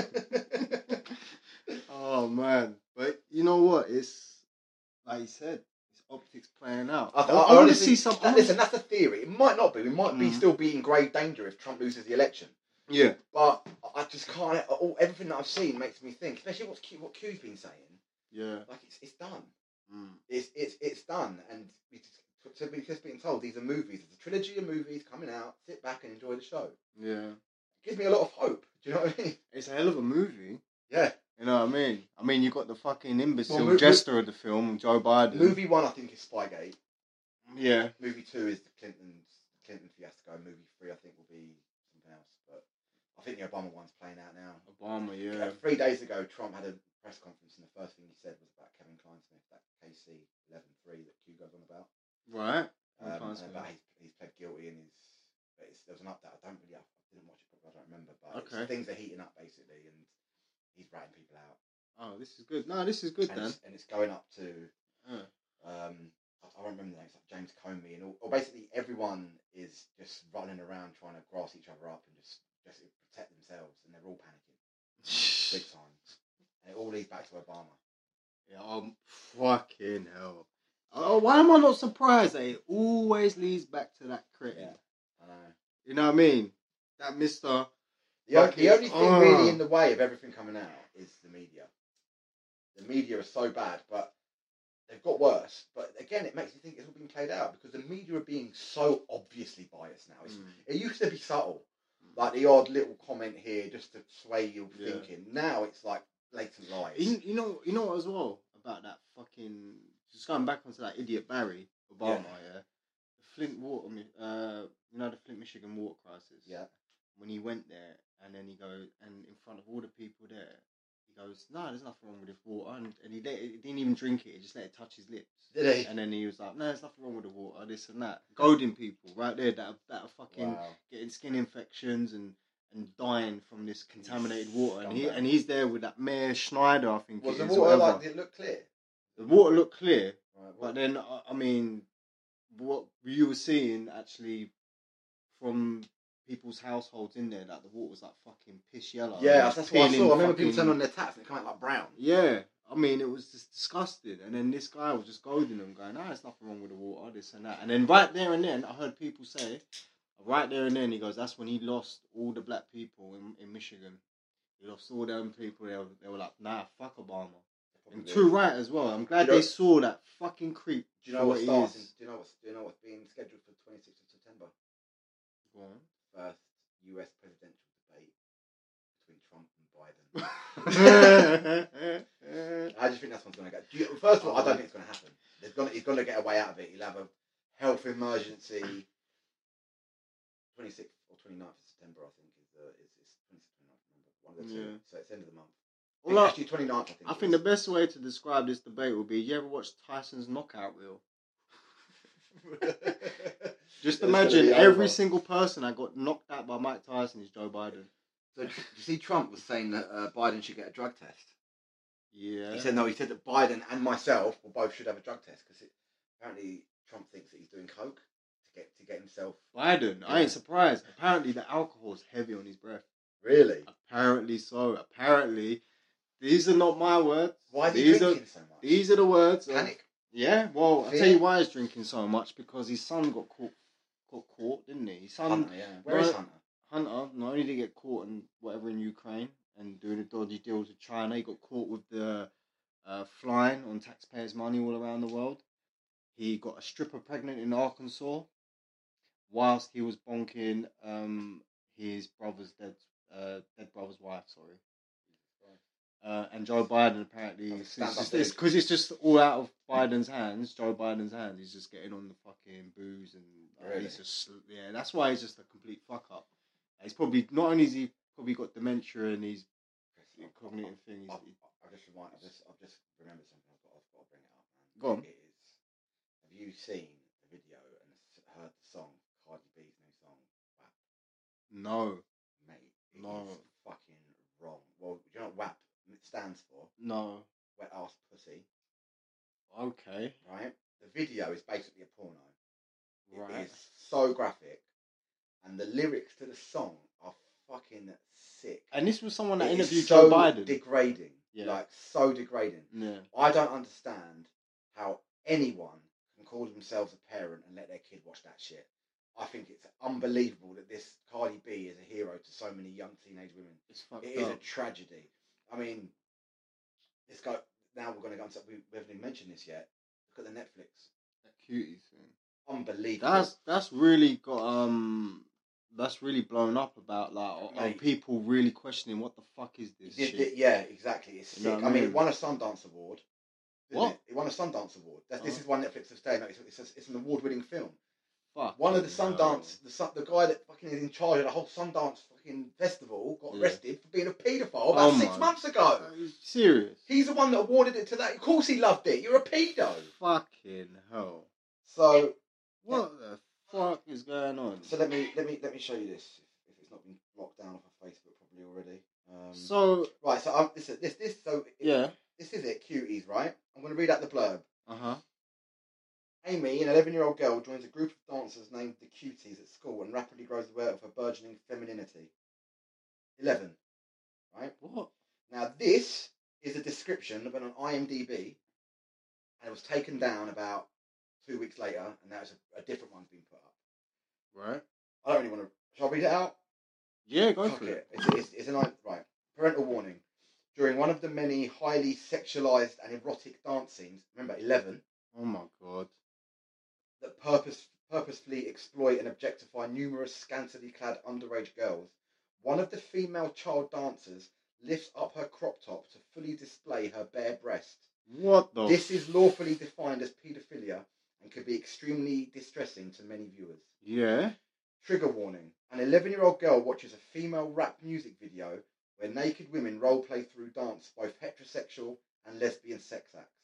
Speaker 2: Yeah.
Speaker 1: Oh man, but you know what? It's like you said, it's optics playing out. I,
Speaker 2: I, I,
Speaker 1: want to
Speaker 2: honestly-
Speaker 1: see something.
Speaker 2: that- listen, that's a theory. It might not be. We might be
Speaker 1: Mhm.
Speaker 2: still be in grave danger if Trump loses the election.
Speaker 1: yeah,
Speaker 2: But I- I just can't. All, everything that I've seen makes me think, especially what's Q, what Q's been saying.
Speaker 1: yeah,
Speaker 2: Like it's it's done.
Speaker 1: mm.
Speaker 2: It's it's it's done. And we just, to be just being told, these are movies. It's a trilogy of movies coming out. Sit back and enjoy the show.
Speaker 1: yeah.
Speaker 2: It gives me a lot of hope. Do you know what I mean?
Speaker 1: It's a hell of a movie.
Speaker 2: Yeah.
Speaker 1: You know what I mean? I mean, you got the fucking imbecile
Speaker 2: Well, mo-
Speaker 1: jester of the film, Joe Biden.
Speaker 2: Movie one, I think, is Spygate.
Speaker 1: Yeah,
Speaker 2: Movie two is the Clinton Clinton fiasco. Movie three, I think, will be something else. But I think the Obama one's playing out now.
Speaker 1: Obama. Yeah,
Speaker 2: Uh, three days ago, Trump had a press conference, and the first thing he said was about Kevin Kleinsmith, that KC eleven three that Q goes on about,
Speaker 1: right. Kevin
Speaker 2: um, and
Speaker 1: Kleinsmith.
Speaker 2: about he's, he's pled guilty and he's. But it's, there was an update. I don't really. I didn't watch it, but I don't remember. But it's-
Speaker 1: Okay.
Speaker 2: things are heating up basically, and he's ratting people out,
Speaker 1: Oh, this is good. No, this is good,
Speaker 2: and
Speaker 1: Dan.
Speaker 2: it's, and it's going up to.
Speaker 1: Uh.
Speaker 2: Um, I I don't remember the names, like James Comey, and all, or basically everyone is just running around trying to grass each other up and just just protect themselves, and they're all panicking big time. And it all leads back to Obama.
Speaker 1: Yeah, I'm fucking hell. Oh, why am I not surprised that it always leads back to that critic?
Speaker 2: Yeah. I know.
Speaker 1: You know what I mean? That Mister.
Speaker 2: The, o-
Speaker 1: Like
Speaker 2: the
Speaker 1: it's-
Speaker 2: only thing
Speaker 1: ah.
Speaker 2: really in the way of everything coming out is the media. The media is so bad, but they've got worse. But again, it makes you think it's all being played out because the media are being so obviously biased now.
Speaker 1: Hmm.
Speaker 2: It's, It used to be subtle, like the odd little comment here just to sway your
Speaker 1: Yeah.
Speaker 2: thinking. Now it's like blatant lies.
Speaker 1: You, you know, you know what as well about that fucking. Just going back onto that idiot Barry Obama, yeah. The Flint water, mi- uh, you know the Flint, Michigan water crisis.
Speaker 2: Yeah.
Speaker 1: When he went there, and then he goes, and in front of all the people there, he goes, "No, there's nothing wrong with this water," and, and he, let, it- he didn't even drink it; he just let it touch his lips.
Speaker 2: Did he?
Speaker 1: And then he was like, "No, there's nothing wrong with the water. This and that." Goading people right there that are, that are fucking
Speaker 2: Wow.
Speaker 1: getting skin infections and, and dying from this contaminated water. And he
Speaker 2: Scumbag.
Speaker 1: and he's there with that Mayor Schneider, I think.
Speaker 2: Was
Speaker 1: it
Speaker 2: the
Speaker 1: is,
Speaker 2: water
Speaker 1: whatever.
Speaker 2: like? Did it look clear?
Speaker 1: the water looked clear,
Speaker 2: Right, what-
Speaker 1: but then I, I mean, what you were seeing actually from people's households in there, like the water was like fucking piss yellow. It
Speaker 2: yeah,
Speaker 1: was
Speaker 2: that's, that's what I
Speaker 1: peeling
Speaker 2: saw. I remember people
Speaker 1: fucking-
Speaker 2: turn on their taps and it come out like brown.
Speaker 1: Yeah. I mean, it was just disgusting, and then this guy was just goading them, going, "Ah, there's nothing wrong with the water, this and that." And then right there and then, I heard people say, right there and then, he goes, "That's when he lost all the black people in, in Michigan. He lost all them people. They were, they were like, nah, fuck Obama." And
Speaker 2: Probably.
Speaker 1: true right as well. I'm glad
Speaker 2: You know-
Speaker 1: they saw that fucking creep.
Speaker 2: Do you know what
Speaker 1: it
Speaker 2: starts? In,
Speaker 1: is.
Speaker 2: do you know what's do you know what's being scheduled for twenty sixth of September?
Speaker 1: Go on.
Speaker 2: First U.S. presidential debate between Trump and Biden. I just think that's what's going to go. Do you, first of all, I don't think it's going to happen. There's gonna, he's going to get a way out of it. He'll have a health emergency. Twenty sixth or 29th of September, I think, is the is, is 26th, 29th, remember, one of the two.
Speaker 1: Yeah.
Speaker 2: So it's end of the month. I think
Speaker 1: Well, I-
Speaker 2: actually, 29th, I think.
Speaker 1: I
Speaker 2: it
Speaker 1: think the
Speaker 2: is.
Speaker 1: best way to describe this debate would be: you ever watched Tyson's knockout reel? Just
Speaker 2: It's gonna
Speaker 1: imagine
Speaker 2: be
Speaker 1: every
Speaker 2: over.
Speaker 1: single person that got knocked out by Mike Tyson is Joe Biden.
Speaker 2: So, tr- you see, Trump was saying that uh, Biden should get a drug test.
Speaker 1: Yeah.
Speaker 2: He said no. He said that Biden and myself well, both should have a drug test because apparently Trump thinks that he's doing coke to get to get himself.
Speaker 1: Biden, I ain't surprised. Apparently, the alcohol's heavy on his breath.
Speaker 2: Really?
Speaker 1: Apparently so. Apparently, these are not my words.
Speaker 2: Why is he
Speaker 1: these are
Speaker 2: drinking so much?
Speaker 1: these are the words. of-
Speaker 2: Panic.
Speaker 1: yeah. Well, I'll
Speaker 2: Fear?
Speaker 1: tell you why he's drinking so much because his son got caught. Got caught, didn't he? His son
Speaker 2: Hunter, yeah. Where is
Speaker 1: right.
Speaker 2: Hunter?
Speaker 1: Hunter not only did he get caught in whatever in Ukraine and doing the dodgy deals with China, he got caught with the uh, flying on taxpayers' money all around the world. He got a stripper pregnant in Arkansas. whilst he was bonking um, his brother's dead uh, dead brother's wife. Sorry. Uh, and Joe Biden apparently,
Speaker 2: That's a
Speaker 1: because
Speaker 2: stand-up
Speaker 1: it's,
Speaker 2: dude.
Speaker 1: just- 'cause it's just all out of Biden's hands. Joe Biden's hands. He's just getting on the fucking booze and uh,
Speaker 2: Really?
Speaker 1: he's just yeah. That's why he's just a complete fuck up. He's probably not only is he probably got dementia and he's cognitive thing.
Speaker 2: I've,
Speaker 1: He's,
Speaker 2: I've just remind, I've just, I've just remembered something. I've got, I've got to bring it up. Man.
Speaker 1: Go on.
Speaker 2: It is. Have you seen the video and s- heard the song Cardi B's new song? WAP,
Speaker 1: no,
Speaker 2: mate. It
Speaker 1: No.
Speaker 2: is fucking wrong. Well, do you know what WAP stands for?
Speaker 1: no.
Speaker 2: Wet ass pussy,
Speaker 1: Okay,
Speaker 2: right? The video is basically a porno. It is
Speaker 1: right.
Speaker 2: so graphic, and the lyrics to the song are fucking sick.
Speaker 1: And this was someone that
Speaker 2: It is
Speaker 1: interviewed
Speaker 2: so
Speaker 1: Joe Biden.
Speaker 2: degrading,
Speaker 1: Yeah.
Speaker 2: like so degrading.
Speaker 1: yeah.
Speaker 2: I don't understand how anyone can call themselves a parent and let their kid watch that shit. I think it's unbelievable that this Cardi B is a hero to so many young teenage women.
Speaker 1: It's fucked
Speaker 2: It is a
Speaker 1: up.
Speaker 2: tragedy. I mean, this guy. Now we're going to go into. We, we haven't even mentioned this yet. Look at the Netflix.
Speaker 1: That cutie thing.
Speaker 2: Unbelievable.
Speaker 1: That's that's really got um that's really blown up about like are- are
Speaker 2: Mate.
Speaker 1: people really questioning what the fuck is
Speaker 2: He
Speaker 1: this
Speaker 2: did
Speaker 1: shit?
Speaker 2: it- yeah, exactly. It's
Speaker 1: You
Speaker 2: sick.
Speaker 1: know
Speaker 2: I
Speaker 1: what I
Speaker 2: mean, it
Speaker 1: mean?
Speaker 2: won a Sundance award. didn't
Speaker 1: What?
Speaker 2: It? It won a Sundance award. That's, This
Speaker 1: Oh.
Speaker 2: is one Netflix has done. It's, it's, it's an award-winning film.
Speaker 1: Fuck.
Speaker 2: One of the
Speaker 1: hell.
Speaker 2: Sundance, the sun, the guy that fucking is in charge of the whole Sundance fucking festival got
Speaker 1: Yeah.
Speaker 2: arrested for being a paedophile about
Speaker 1: Oh
Speaker 2: six
Speaker 1: my-
Speaker 2: months ago.
Speaker 1: Are you serious?
Speaker 2: He's the one that awarded it to that. Of course, he loved it. You're a pedo.
Speaker 1: Fucking hell!
Speaker 2: So,
Speaker 1: What the fuck is going on?
Speaker 2: so let me let me let me show you this. If it's not been locked down off of Facebook, probably already. Um,
Speaker 1: So
Speaker 2: right. So um, this this this so it-
Speaker 1: yeah.
Speaker 2: This is it. Cuties. Right. I'm going to read out the blurb.
Speaker 1: Uh huh.
Speaker 2: Amy, an 11 year old girl, joins a group of dancers named the Cuties at school and rapidly grows aware of her burgeoning femininity. 11. Right?
Speaker 1: What?
Speaker 2: Now, this is a description of an IMDb, and it was taken down about two weeks later, and now it's a, a different one's been put up.
Speaker 1: Right.
Speaker 2: I don't really want to. Shall I read it out?
Speaker 1: Yeah. Go
Speaker 2: Fuck
Speaker 1: for it.
Speaker 2: it. It's, it's, it's an I- right. Parental warning. During one of the many highly sexualized and erotic dance scenes, remember 11,
Speaker 1: Oh my god.
Speaker 2: that purpose, purposefully exploit and objectify numerous scantily clad underage girls, one of the female child dancers lifts up her crop top to fully display her bare breast.
Speaker 1: What the?
Speaker 2: This is lawfully defined as paedophilia and can be extremely distressing to many viewers.
Speaker 1: Yeah.
Speaker 2: Trigger warning An 11 year old girl watches a female rap music video where naked women role play through dance, both heterosexual and lesbian sex acts.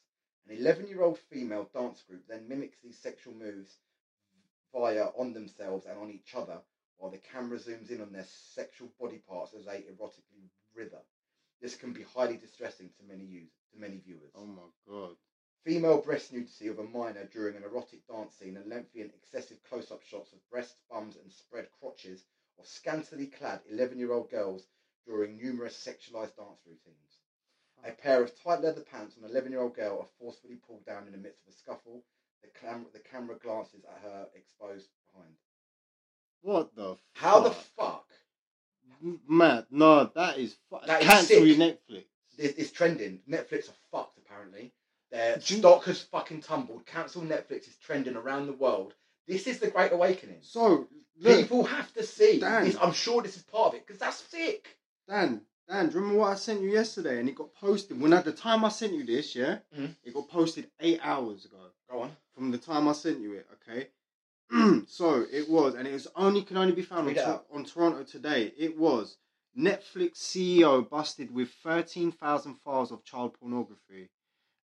Speaker 2: An 11 year old female dance group then mimics these sexual moves via on themselves and on each other while the camera zooms in on their sexual body parts as they erotically writher. This can be highly distressing to many, users, to many viewers.
Speaker 1: Oh my god.
Speaker 2: Female breast nudity of a minor during an erotic dance scene and lengthy and excessive close up shots of breasts, bums, and spread crotches of scantily clad 11 year old girls during numerous sexualized dance routines. A pair of tight leather pants on an 11 year old girl are forcefully pulled down in the midst of a scuffle. The, cam- the camera glances at her exposed behind.
Speaker 1: What the? fuck?
Speaker 2: How the fuck?
Speaker 1: M- Matt, no, that is fu-
Speaker 2: That is
Speaker 1: cancel
Speaker 2: sick.
Speaker 1: your Netflix.
Speaker 2: This is trending. Netflix are fucked apparently. Their
Speaker 1: Do you-
Speaker 2: stock has fucking tumbled. Cancel Netflix is trending around the world. This is the Great Awakening.
Speaker 1: So look,
Speaker 2: People have to see.
Speaker 1: Dan.
Speaker 2: This, I'm sure this is part of it because that's sick.
Speaker 1: Dan, Dan, do you remember what I sent you yesterday? And it got posted when at the time I sent you this, yeah,
Speaker 2: Mm.
Speaker 1: it got posted eight hours ago
Speaker 2: Go on.
Speaker 1: from the time I sent you it. Okay, so it was, and it was only can only be found on,
Speaker 2: Read it
Speaker 1: Tor-
Speaker 2: out.
Speaker 1: on Toronto today. It was Netflix CEO busted with thirteen thousand files of child pornography.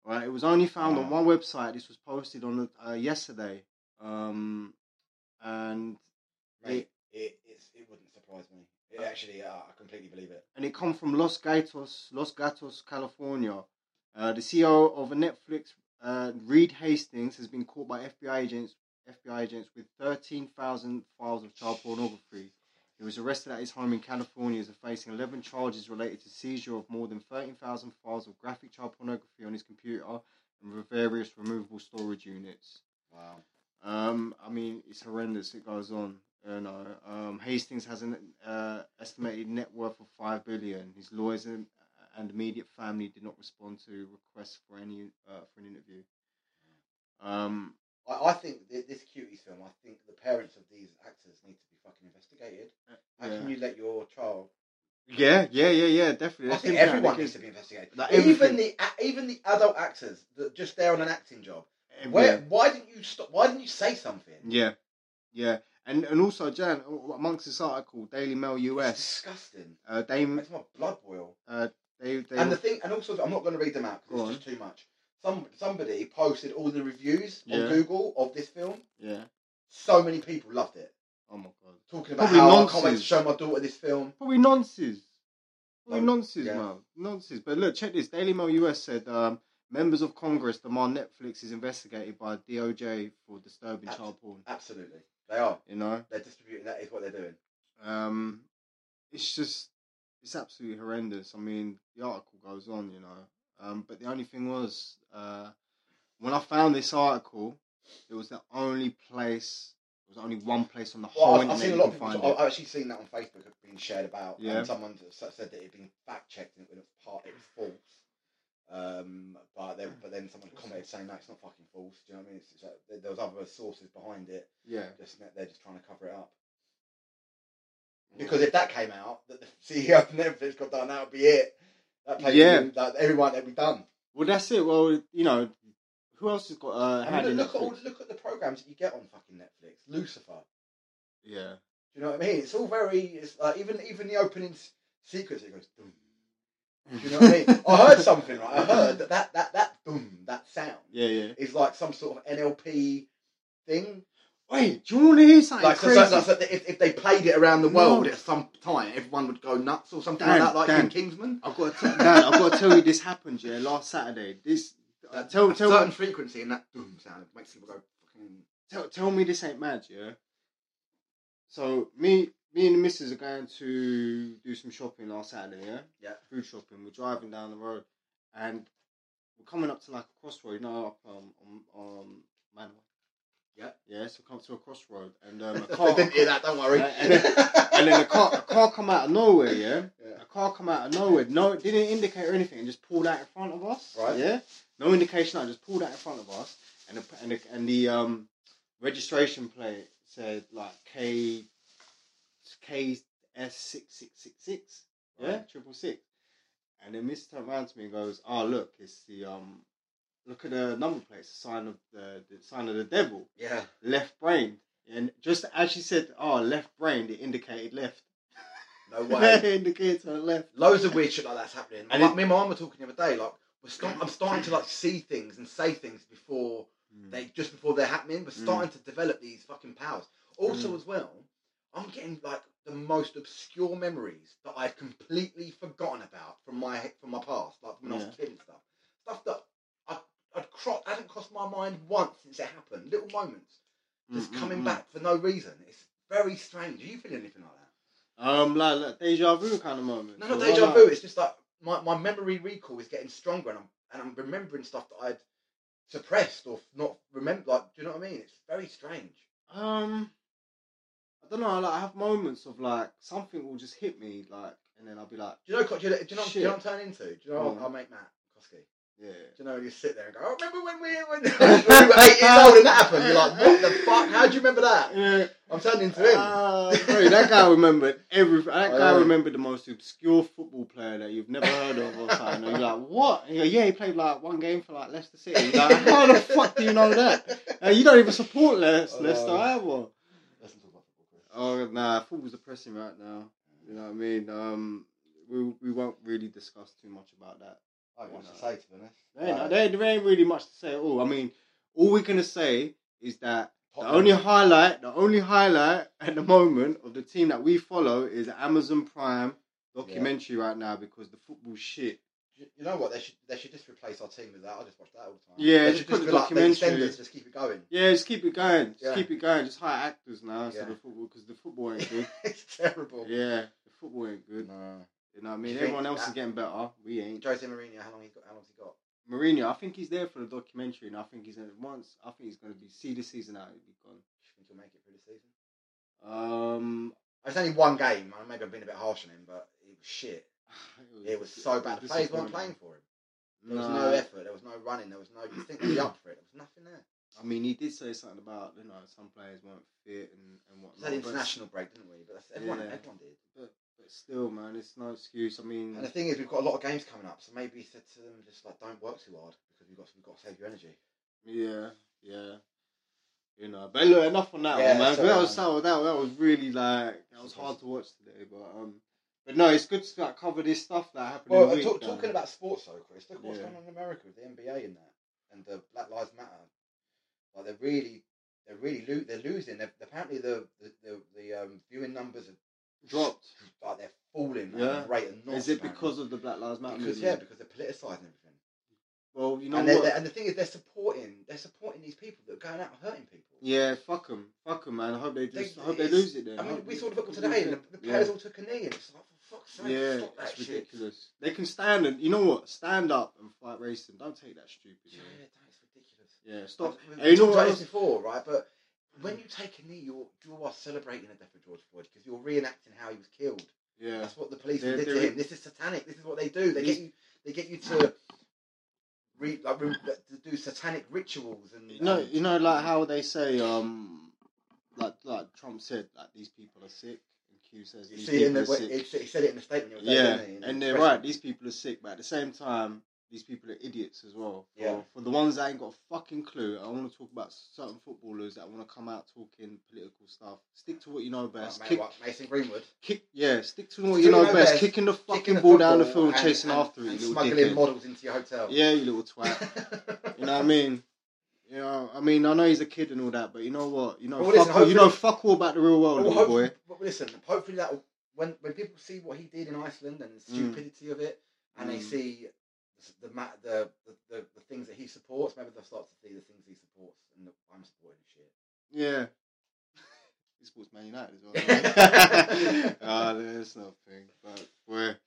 Speaker 1: Right, it was only found on
Speaker 2: Wow.
Speaker 1: one website. This was posted on uh, yesterday, um, and
Speaker 2: Mate, it, it's, it wouldn't surprise me. It
Speaker 1: Uh,
Speaker 2: actually, uh, I completely believe it.
Speaker 1: and it come from Los Gatos, Los Gatos, California. Uh, the CEO of Netflix, uh, Reed Hastings, has been caught by FBI agents, FBI agents with thirteen thousand files of child pornography. He was arrested at his home in California as facing 11 charges related to seizure of more than 13,000 files of graphic child pornography on his computer and various removable storage units.
Speaker 2: Wow.
Speaker 1: Um, I mean, it's horrendous. It goes on. You know, um, Hastings has an uh, estimated net worth of five billion. His lawyers and, and immediate uh, family did not respond to requests for any uh, for an interview. Um,
Speaker 2: I, I think th- this cuties film. I think the parents of these actors need to be fucking investigated. How
Speaker 1: Yeah.
Speaker 2: can you let your child?
Speaker 1: Yeah, yeah, yeah, yeah, definitely.
Speaker 2: I
Speaker 1: That's
Speaker 2: think
Speaker 1: him, yeah,
Speaker 2: everyone needs
Speaker 1: because
Speaker 2: to be investigated.
Speaker 1: like
Speaker 2: even
Speaker 1: everything-
Speaker 2: the a- even the adult actors that just there on an acting job.
Speaker 1: everyone-
Speaker 2: Where why didn't you stop? Why didn't you say something?
Speaker 1: Yeah, yeah, and and also Jan amongst this article, Daily Mail
Speaker 2: It's
Speaker 1: US,
Speaker 2: disgusting.
Speaker 1: uh, they
Speaker 2: Makes my blood boil.
Speaker 1: they they
Speaker 2: And the thing, and also, I'm not going to read them out
Speaker 1: Go
Speaker 2: because it's just too much. Some somebody posted all the reviews
Speaker 1: Yeah.
Speaker 2: on Google of this film.
Speaker 1: yeah.
Speaker 2: So many people loved it.
Speaker 1: Oh my god,
Speaker 2: Talking about
Speaker 1: Probably
Speaker 2: how I can't wait to
Speaker 1: nonsense.
Speaker 2: show my daughter this film.
Speaker 1: probably nonsense. Probably
Speaker 2: Well,
Speaker 1: nonsense,
Speaker 2: yeah.
Speaker 1: man, nonsense. But look, check this. Daily Mail US said um, members of Congress demand Netflix is investigated by DOJ for disturbing
Speaker 2: Abs-
Speaker 1: child porn.
Speaker 2: Absolutely, they are.
Speaker 1: You know,
Speaker 2: They're distributing. That is what they're doing.
Speaker 1: um, it's just it's absolutely horrendous. I mean, the article goes on, you know. Um, but the only thing was, uh, when I found this article, it was the only place. There was only one place on the whole
Speaker 2: Well, I've, I've
Speaker 1: internet
Speaker 2: seen a
Speaker 1: you
Speaker 2: lot of
Speaker 1: can
Speaker 2: people.
Speaker 1: find
Speaker 2: I've
Speaker 1: it.
Speaker 2: actually seen that on Facebook being shared about.
Speaker 1: Yeah.
Speaker 2: And someone s- said that it had been fact checked and it was part. It was false. Um, but then, but then someone commented saying, "No, it's not fucking false." Do you know what I mean? It's, it's like, there- there was other sources behind it.
Speaker 1: Yeah,
Speaker 2: Just that they're just trying to cover it up. Because if that came out, that the E CEO of Netflix got done, that would be it. That place,
Speaker 1: Yeah.
Speaker 2: would be- like, everyone, they'd be done.
Speaker 1: well, that's it. Well, you know, who else has got uh,
Speaker 2: I
Speaker 1: hand
Speaker 2: mean,
Speaker 1: in
Speaker 2: look, look at all,
Speaker 1: Netflix?
Speaker 2: look at the programs that you get on fucking Netflix. Lucifer.
Speaker 1: Yeah,
Speaker 2: Do you know what I mean? It's all very. It's like even even the opening s- sequence. It goes. Dum. Do you know what I mean? I heard something. Right? I heard that that that that boom that sound
Speaker 1: Yeah, yeah.
Speaker 2: is like some sort of NLP thing.
Speaker 1: Wait, do you want to hear something
Speaker 2: Like, so,
Speaker 1: crazy?
Speaker 2: so, so, so that if, if they played it around the
Speaker 1: No.
Speaker 2: world at some time, everyone would go nuts or something
Speaker 1: Dan,
Speaker 2: like that, like
Speaker 1: Dan.
Speaker 2: in Kingsman.
Speaker 1: I've got to, Dan, I've got to tell you this happened. Yeah, last Saturday. This uh, tell
Speaker 2: a
Speaker 1: tell
Speaker 2: certain frequency and that boom sound makes people go fucking.
Speaker 1: tell, tell me this ain't mad, yeah. So me me and the missus are going to do some shopping last Saturday, yeah?
Speaker 2: Yeah.
Speaker 1: Food shopping. We're driving down the road and we're coming up to like a crossroad, you know, up um on on Manor.
Speaker 2: Yeah.
Speaker 1: Yeah, so we come to a crossroad and um a
Speaker 2: If
Speaker 1: car
Speaker 2: they didn't hear that. Don't worry.
Speaker 1: Uh, And- and and then a car a car come out of nowhere, yeah?
Speaker 2: Yeah.
Speaker 1: A car come out of nowhere, no it didn't indicate or anything, and just pulled out in front of us.
Speaker 2: Right.
Speaker 1: Yeah. No indication I just pulled out in front of us and the and the, and the um registration plate said like K K S six six six six. Yeah,
Speaker 2: Right.
Speaker 1: triple six. And then Mr. turned around to me and goes, Oh look, it's the um look at the number plate, it's the sign of the, the sign of the devil.
Speaker 2: Yeah.
Speaker 1: Left brain. And just as she said, Oh, left brain, it indicated left.
Speaker 2: No way.
Speaker 1: it indicates her left.
Speaker 2: loads of weird shit like that's happening.
Speaker 1: And
Speaker 2: like,
Speaker 1: it-
Speaker 2: me and my mum were talking the other day, like we're start, I'm starting to like see things and say things before they just before they're happening. We're
Speaker 1: Mm.
Speaker 2: starting to develop these fucking powers. Also,
Speaker 1: Mm.
Speaker 2: as well, I'm getting like the most obscure memories that I've completely forgotten about from my from my past, like when I
Speaker 1: Yeah.
Speaker 2: was a kid and stuff. Stuff that I I'd cro- hadn't crossed my mind once since it happened. Little moments just
Speaker 1: Mm, mm,
Speaker 2: coming
Speaker 1: mm.
Speaker 2: back for no reason. It's very strange. Are you feeling anything like that?
Speaker 1: Um, like, like deja vu kind of moment.
Speaker 2: No, not
Speaker 1: So,
Speaker 2: deja
Speaker 1: like-
Speaker 2: vu. It's just like my, my memory recall is getting stronger, and I'm and I'm remembering stuff that I'd suppressed or not remember. Like, do you know what I mean? It's very strange.
Speaker 1: Um, I don't know. Like, I have moments of like something will just hit me, like, and then I'll be like,
Speaker 2: Do you know? Do you know, do you know, do you know what I'm turning into? Do you know what
Speaker 1: Go on.
Speaker 2: I'll make Matt Kosky?
Speaker 1: yeah.
Speaker 2: Do you know? You sit there and go, "Oh, remember when we when, when we were eight years old and that happened?" You're like, "What the fuck? How do you remember that?"
Speaker 1: Yeah.
Speaker 2: I'm turning into him. Oh,
Speaker 1: Uh, bro, that guy remembered everything. That
Speaker 2: I
Speaker 1: guy
Speaker 2: know.
Speaker 1: remembered the most obscure football player that you've never heard of or something. And you're like, what? And you go, yeah, he played like one game for like Leicester City. You're like, how the fuck do you know that? And you don't even support Le-
Speaker 2: I know.
Speaker 1: Leicester either.
Speaker 2: Let's not talk about football, Chris.
Speaker 1: Oh nah, football's depressing right now. You know what I mean? Um, we we won't really discuss too much about that.
Speaker 2: I don't know what to say to be honest.
Speaker 1: There ain't,
Speaker 2: Uh,
Speaker 1: there, ain't- there ain't really much to say at all. I mean, all we're gonna say is that the
Speaker 2: Tottenham.
Speaker 1: only highlight, the only highlight at the moment of the team that we follow is Amazon Prime documentary right now because the football shit.
Speaker 2: You you know what? They should they should just replace our team with that. I just watch that all the time.
Speaker 1: Yeah,
Speaker 2: they
Speaker 1: just put the
Speaker 2: be like, they send
Speaker 1: documentary.
Speaker 2: us, Just keep it going.
Speaker 1: Yeah, just keep it going. Just
Speaker 2: Yeah.
Speaker 1: keep it going. Just hire actors now instead
Speaker 2: Yeah.
Speaker 1: of football because the football ain't good.
Speaker 2: it's terrible.
Speaker 1: yeah, the football ain't good.
Speaker 2: No.
Speaker 1: You know what I
Speaker 2: Do
Speaker 1: mean?
Speaker 2: you think
Speaker 1: Everyone else is
Speaker 2: that-
Speaker 1: getting better. We ain't.
Speaker 2: Jose Mourinho, how long he got? How long's he got?
Speaker 1: Mourinho, I think he's there for the documentary, and I think he's gonna once. I think he's gonna be see the season out. He'll be gone.
Speaker 2: Do you think he'll make it through the season?
Speaker 1: Um,
Speaker 2: It's only one game. I maybe I've been a bit harsh on him, but it was shit. It was so bad. The players weren't
Speaker 1: disappointing.
Speaker 2: playing for him. There was no effort. There was no running. There was no. You think they'd be up for it? There was nothing there.
Speaker 1: I mean, he did say something about you know some players weren't fit and and
Speaker 2: It's had
Speaker 1: whatnot. But,
Speaker 2: international break, didn't we? But that's, everyone,
Speaker 1: Yeah.
Speaker 2: everyone did.
Speaker 1: but still, man, it's no excuse. I mean,
Speaker 2: And the thing is, we've got a lot of games coming up, so maybe he said to them, just like, don't work too hard because we've got we've got to save your energy.
Speaker 1: yeah, yeah. You know, but look, enough on that
Speaker 2: Yeah,
Speaker 1: one, man.
Speaker 2: sorry,
Speaker 1: that was
Speaker 2: man.
Speaker 1: that, was- that was- that was really like that was hard to watch today, but um, but no, it's good to like, cover this stuff that happened.
Speaker 2: Well, uh,
Speaker 1: in the week,
Speaker 2: talk,
Speaker 1: though.
Speaker 2: talking about sports though, Chris, look what's
Speaker 1: Yeah.
Speaker 2: going on in America with the NBA and that, and the Black Lives Matter. Like they're really, they're really lo- they're losing. They're, apparently, the the the, the um, viewing numbers are
Speaker 1: dropped,
Speaker 2: like they're falling. Man,
Speaker 1: Yeah.
Speaker 2: yeah. Rate of knots,
Speaker 1: is it
Speaker 2: man.
Speaker 1: because of the Black Lives Matter?
Speaker 2: because yeah
Speaker 1: movement?
Speaker 2: because they're politicising everything.
Speaker 1: Well, you know
Speaker 2: and,
Speaker 1: what?
Speaker 2: they're, they're- and the thing is, they're supporting they're supporting these people that are going out and hurting people.
Speaker 1: Yeah, fuck them, fuck them, man. I hope they just,
Speaker 2: They-
Speaker 1: I hope they
Speaker 2: it's-
Speaker 1: lose it. Then
Speaker 2: I mean,
Speaker 1: Hope
Speaker 2: we
Speaker 1: they-
Speaker 2: saw the football
Speaker 1: hope they
Speaker 2: today,
Speaker 1: lose
Speaker 2: and the,
Speaker 1: it.
Speaker 2: the players all took a knee, and it's like, for fuck's sake,
Speaker 1: yeah,
Speaker 2: stop that
Speaker 1: it's
Speaker 2: shit.
Speaker 1: ridiculous. They can stand and you know what? Stand up and fight racism. Don't take that stupid.
Speaker 2: Yeah,
Speaker 1: Yeah,
Speaker 2: that's ridiculous.
Speaker 1: yeah stop.
Speaker 2: We-
Speaker 1: And you
Speaker 2: We
Speaker 1: know
Speaker 2: talked
Speaker 1: what?
Speaker 2: about this
Speaker 1: Else?
Speaker 2: before, right? But when you take a knee, you're you are celebrating the death of George Floyd because you're reenacting how he was killed.
Speaker 1: Yeah,
Speaker 2: That's what the police
Speaker 1: They're
Speaker 2: did to
Speaker 1: doing-
Speaker 2: him. This is satanic. This is what they do. They
Speaker 1: These-
Speaker 2: get you. They get you to. Re, like, re, to do satanic rituals and um,
Speaker 1: you know,
Speaker 2: and-
Speaker 1: you know, like how they say, um, like like Trump said, like these people are sick, and Q says
Speaker 2: You
Speaker 1: these
Speaker 2: see, it in
Speaker 1: people
Speaker 2: the,
Speaker 1: are sick.
Speaker 2: it, he said it in the statement. the other day,
Speaker 1: yeah,
Speaker 2: didn't he? In the
Speaker 1: and they're
Speaker 2: press
Speaker 1: right. These people are sick, but at the same time, these people are idiots as well. For,
Speaker 2: Yeah.
Speaker 1: For the ones that ain't got a fucking clue, I want to talk about certain footballers that want to come out talking political stuff. Stick to what you know best.
Speaker 2: conference. Like,
Speaker 1: kick,
Speaker 2: what, Mason Greenwood
Speaker 1: kick, yeah. Stick to what you know best. Kicking the fucking
Speaker 2: kicking the
Speaker 1: ball down the
Speaker 2: football
Speaker 1: field,
Speaker 2: and-
Speaker 1: chasing
Speaker 2: and-
Speaker 1: after it,
Speaker 2: and
Speaker 1: you little
Speaker 2: smuggling
Speaker 1: dickhead.
Speaker 2: models into your hotel.
Speaker 1: Yeah, you little twat. you know what I mean? You know, I mean, I know he's a kid and all that, but you know what? You know,
Speaker 2: Well,
Speaker 1: fuck
Speaker 2: listen,
Speaker 1: all, you know,
Speaker 2: hopefully-
Speaker 1: fuck all about the real world,
Speaker 2: Well,
Speaker 1: little
Speaker 2: hopefully-
Speaker 1: boy.
Speaker 2: But listen, hopefully that when when people see what he did in Iceland and the stupidity of it, and they
Speaker 1: Mm.
Speaker 2: see the, the ma- the, the the the things that he supports, maybe they'll start to see the things he supports and that I'm supporting and shit.
Speaker 1: Yeah. He supports Man United as well. Ah, that's not a thing. But we're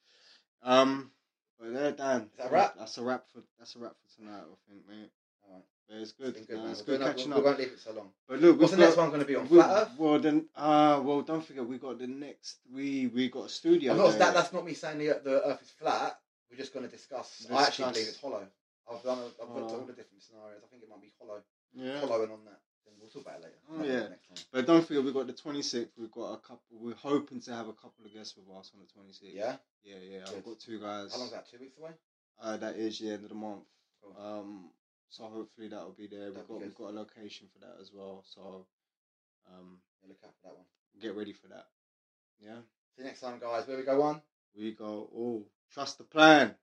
Speaker 1: um but there Dan.
Speaker 2: Is that a wrap?
Speaker 1: That's a wrap for that's a wrap for tonight, I think, mate.
Speaker 2: Alright.
Speaker 1: But it's
Speaker 2: It's
Speaker 1: good.
Speaker 2: been
Speaker 1: man.
Speaker 2: man.
Speaker 1: It's
Speaker 2: We're
Speaker 1: good
Speaker 2: gonna-
Speaker 1: catching
Speaker 2: we
Speaker 1: up.
Speaker 2: won't leave it so long.
Speaker 1: But look,
Speaker 2: What's the
Speaker 1: we've
Speaker 2: next
Speaker 1: got-
Speaker 2: one going to be on?
Speaker 1: we-
Speaker 2: Flat Earth.
Speaker 1: well then ah well don't forget we got the next we we got a studio.
Speaker 2: I'm not,
Speaker 1: there.
Speaker 2: that, that's not me saying the, the Earth is flat. We're just going to discuss. Oh. I actually
Speaker 1: Discuss.
Speaker 2: believe it's hollow. I've done. A, I've looked at
Speaker 1: Hollow.
Speaker 2: all the different scenarios. I think it might be hollow.
Speaker 1: yeah.
Speaker 2: Following on that, then we'll talk about it later.
Speaker 1: Oh,
Speaker 2: Maybe
Speaker 1: yeah.
Speaker 2: Next time.
Speaker 1: But don't forget we got the twenty sixth, we've got a couple we're hoping to have a couple of guests with us on the twenty sixth.
Speaker 2: Yeah.
Speaker 1: Yeah, yeah. I've
Speaker 2: Good.
Speaker 1: got two guys.
Speaker 2: How long's that? Two weeks away.
Speaker 1: Uh, that is the end of the month.
Speaker 2: Cool.
Speaker 1: Um, so hopefully that'll be there. We've
Speaker 2: That'd be
Speaker 1: got
Speaker 2: good.
Speaker 1: we've got a location for that as well. So, um,
Speaker 2: Yeah, look out for that one.
Speaker 1: get ready for that. Yeah,
Speaker 2: See you next time, guys. Where we go on.
Speaker 1: we go. Oh, trust the plan.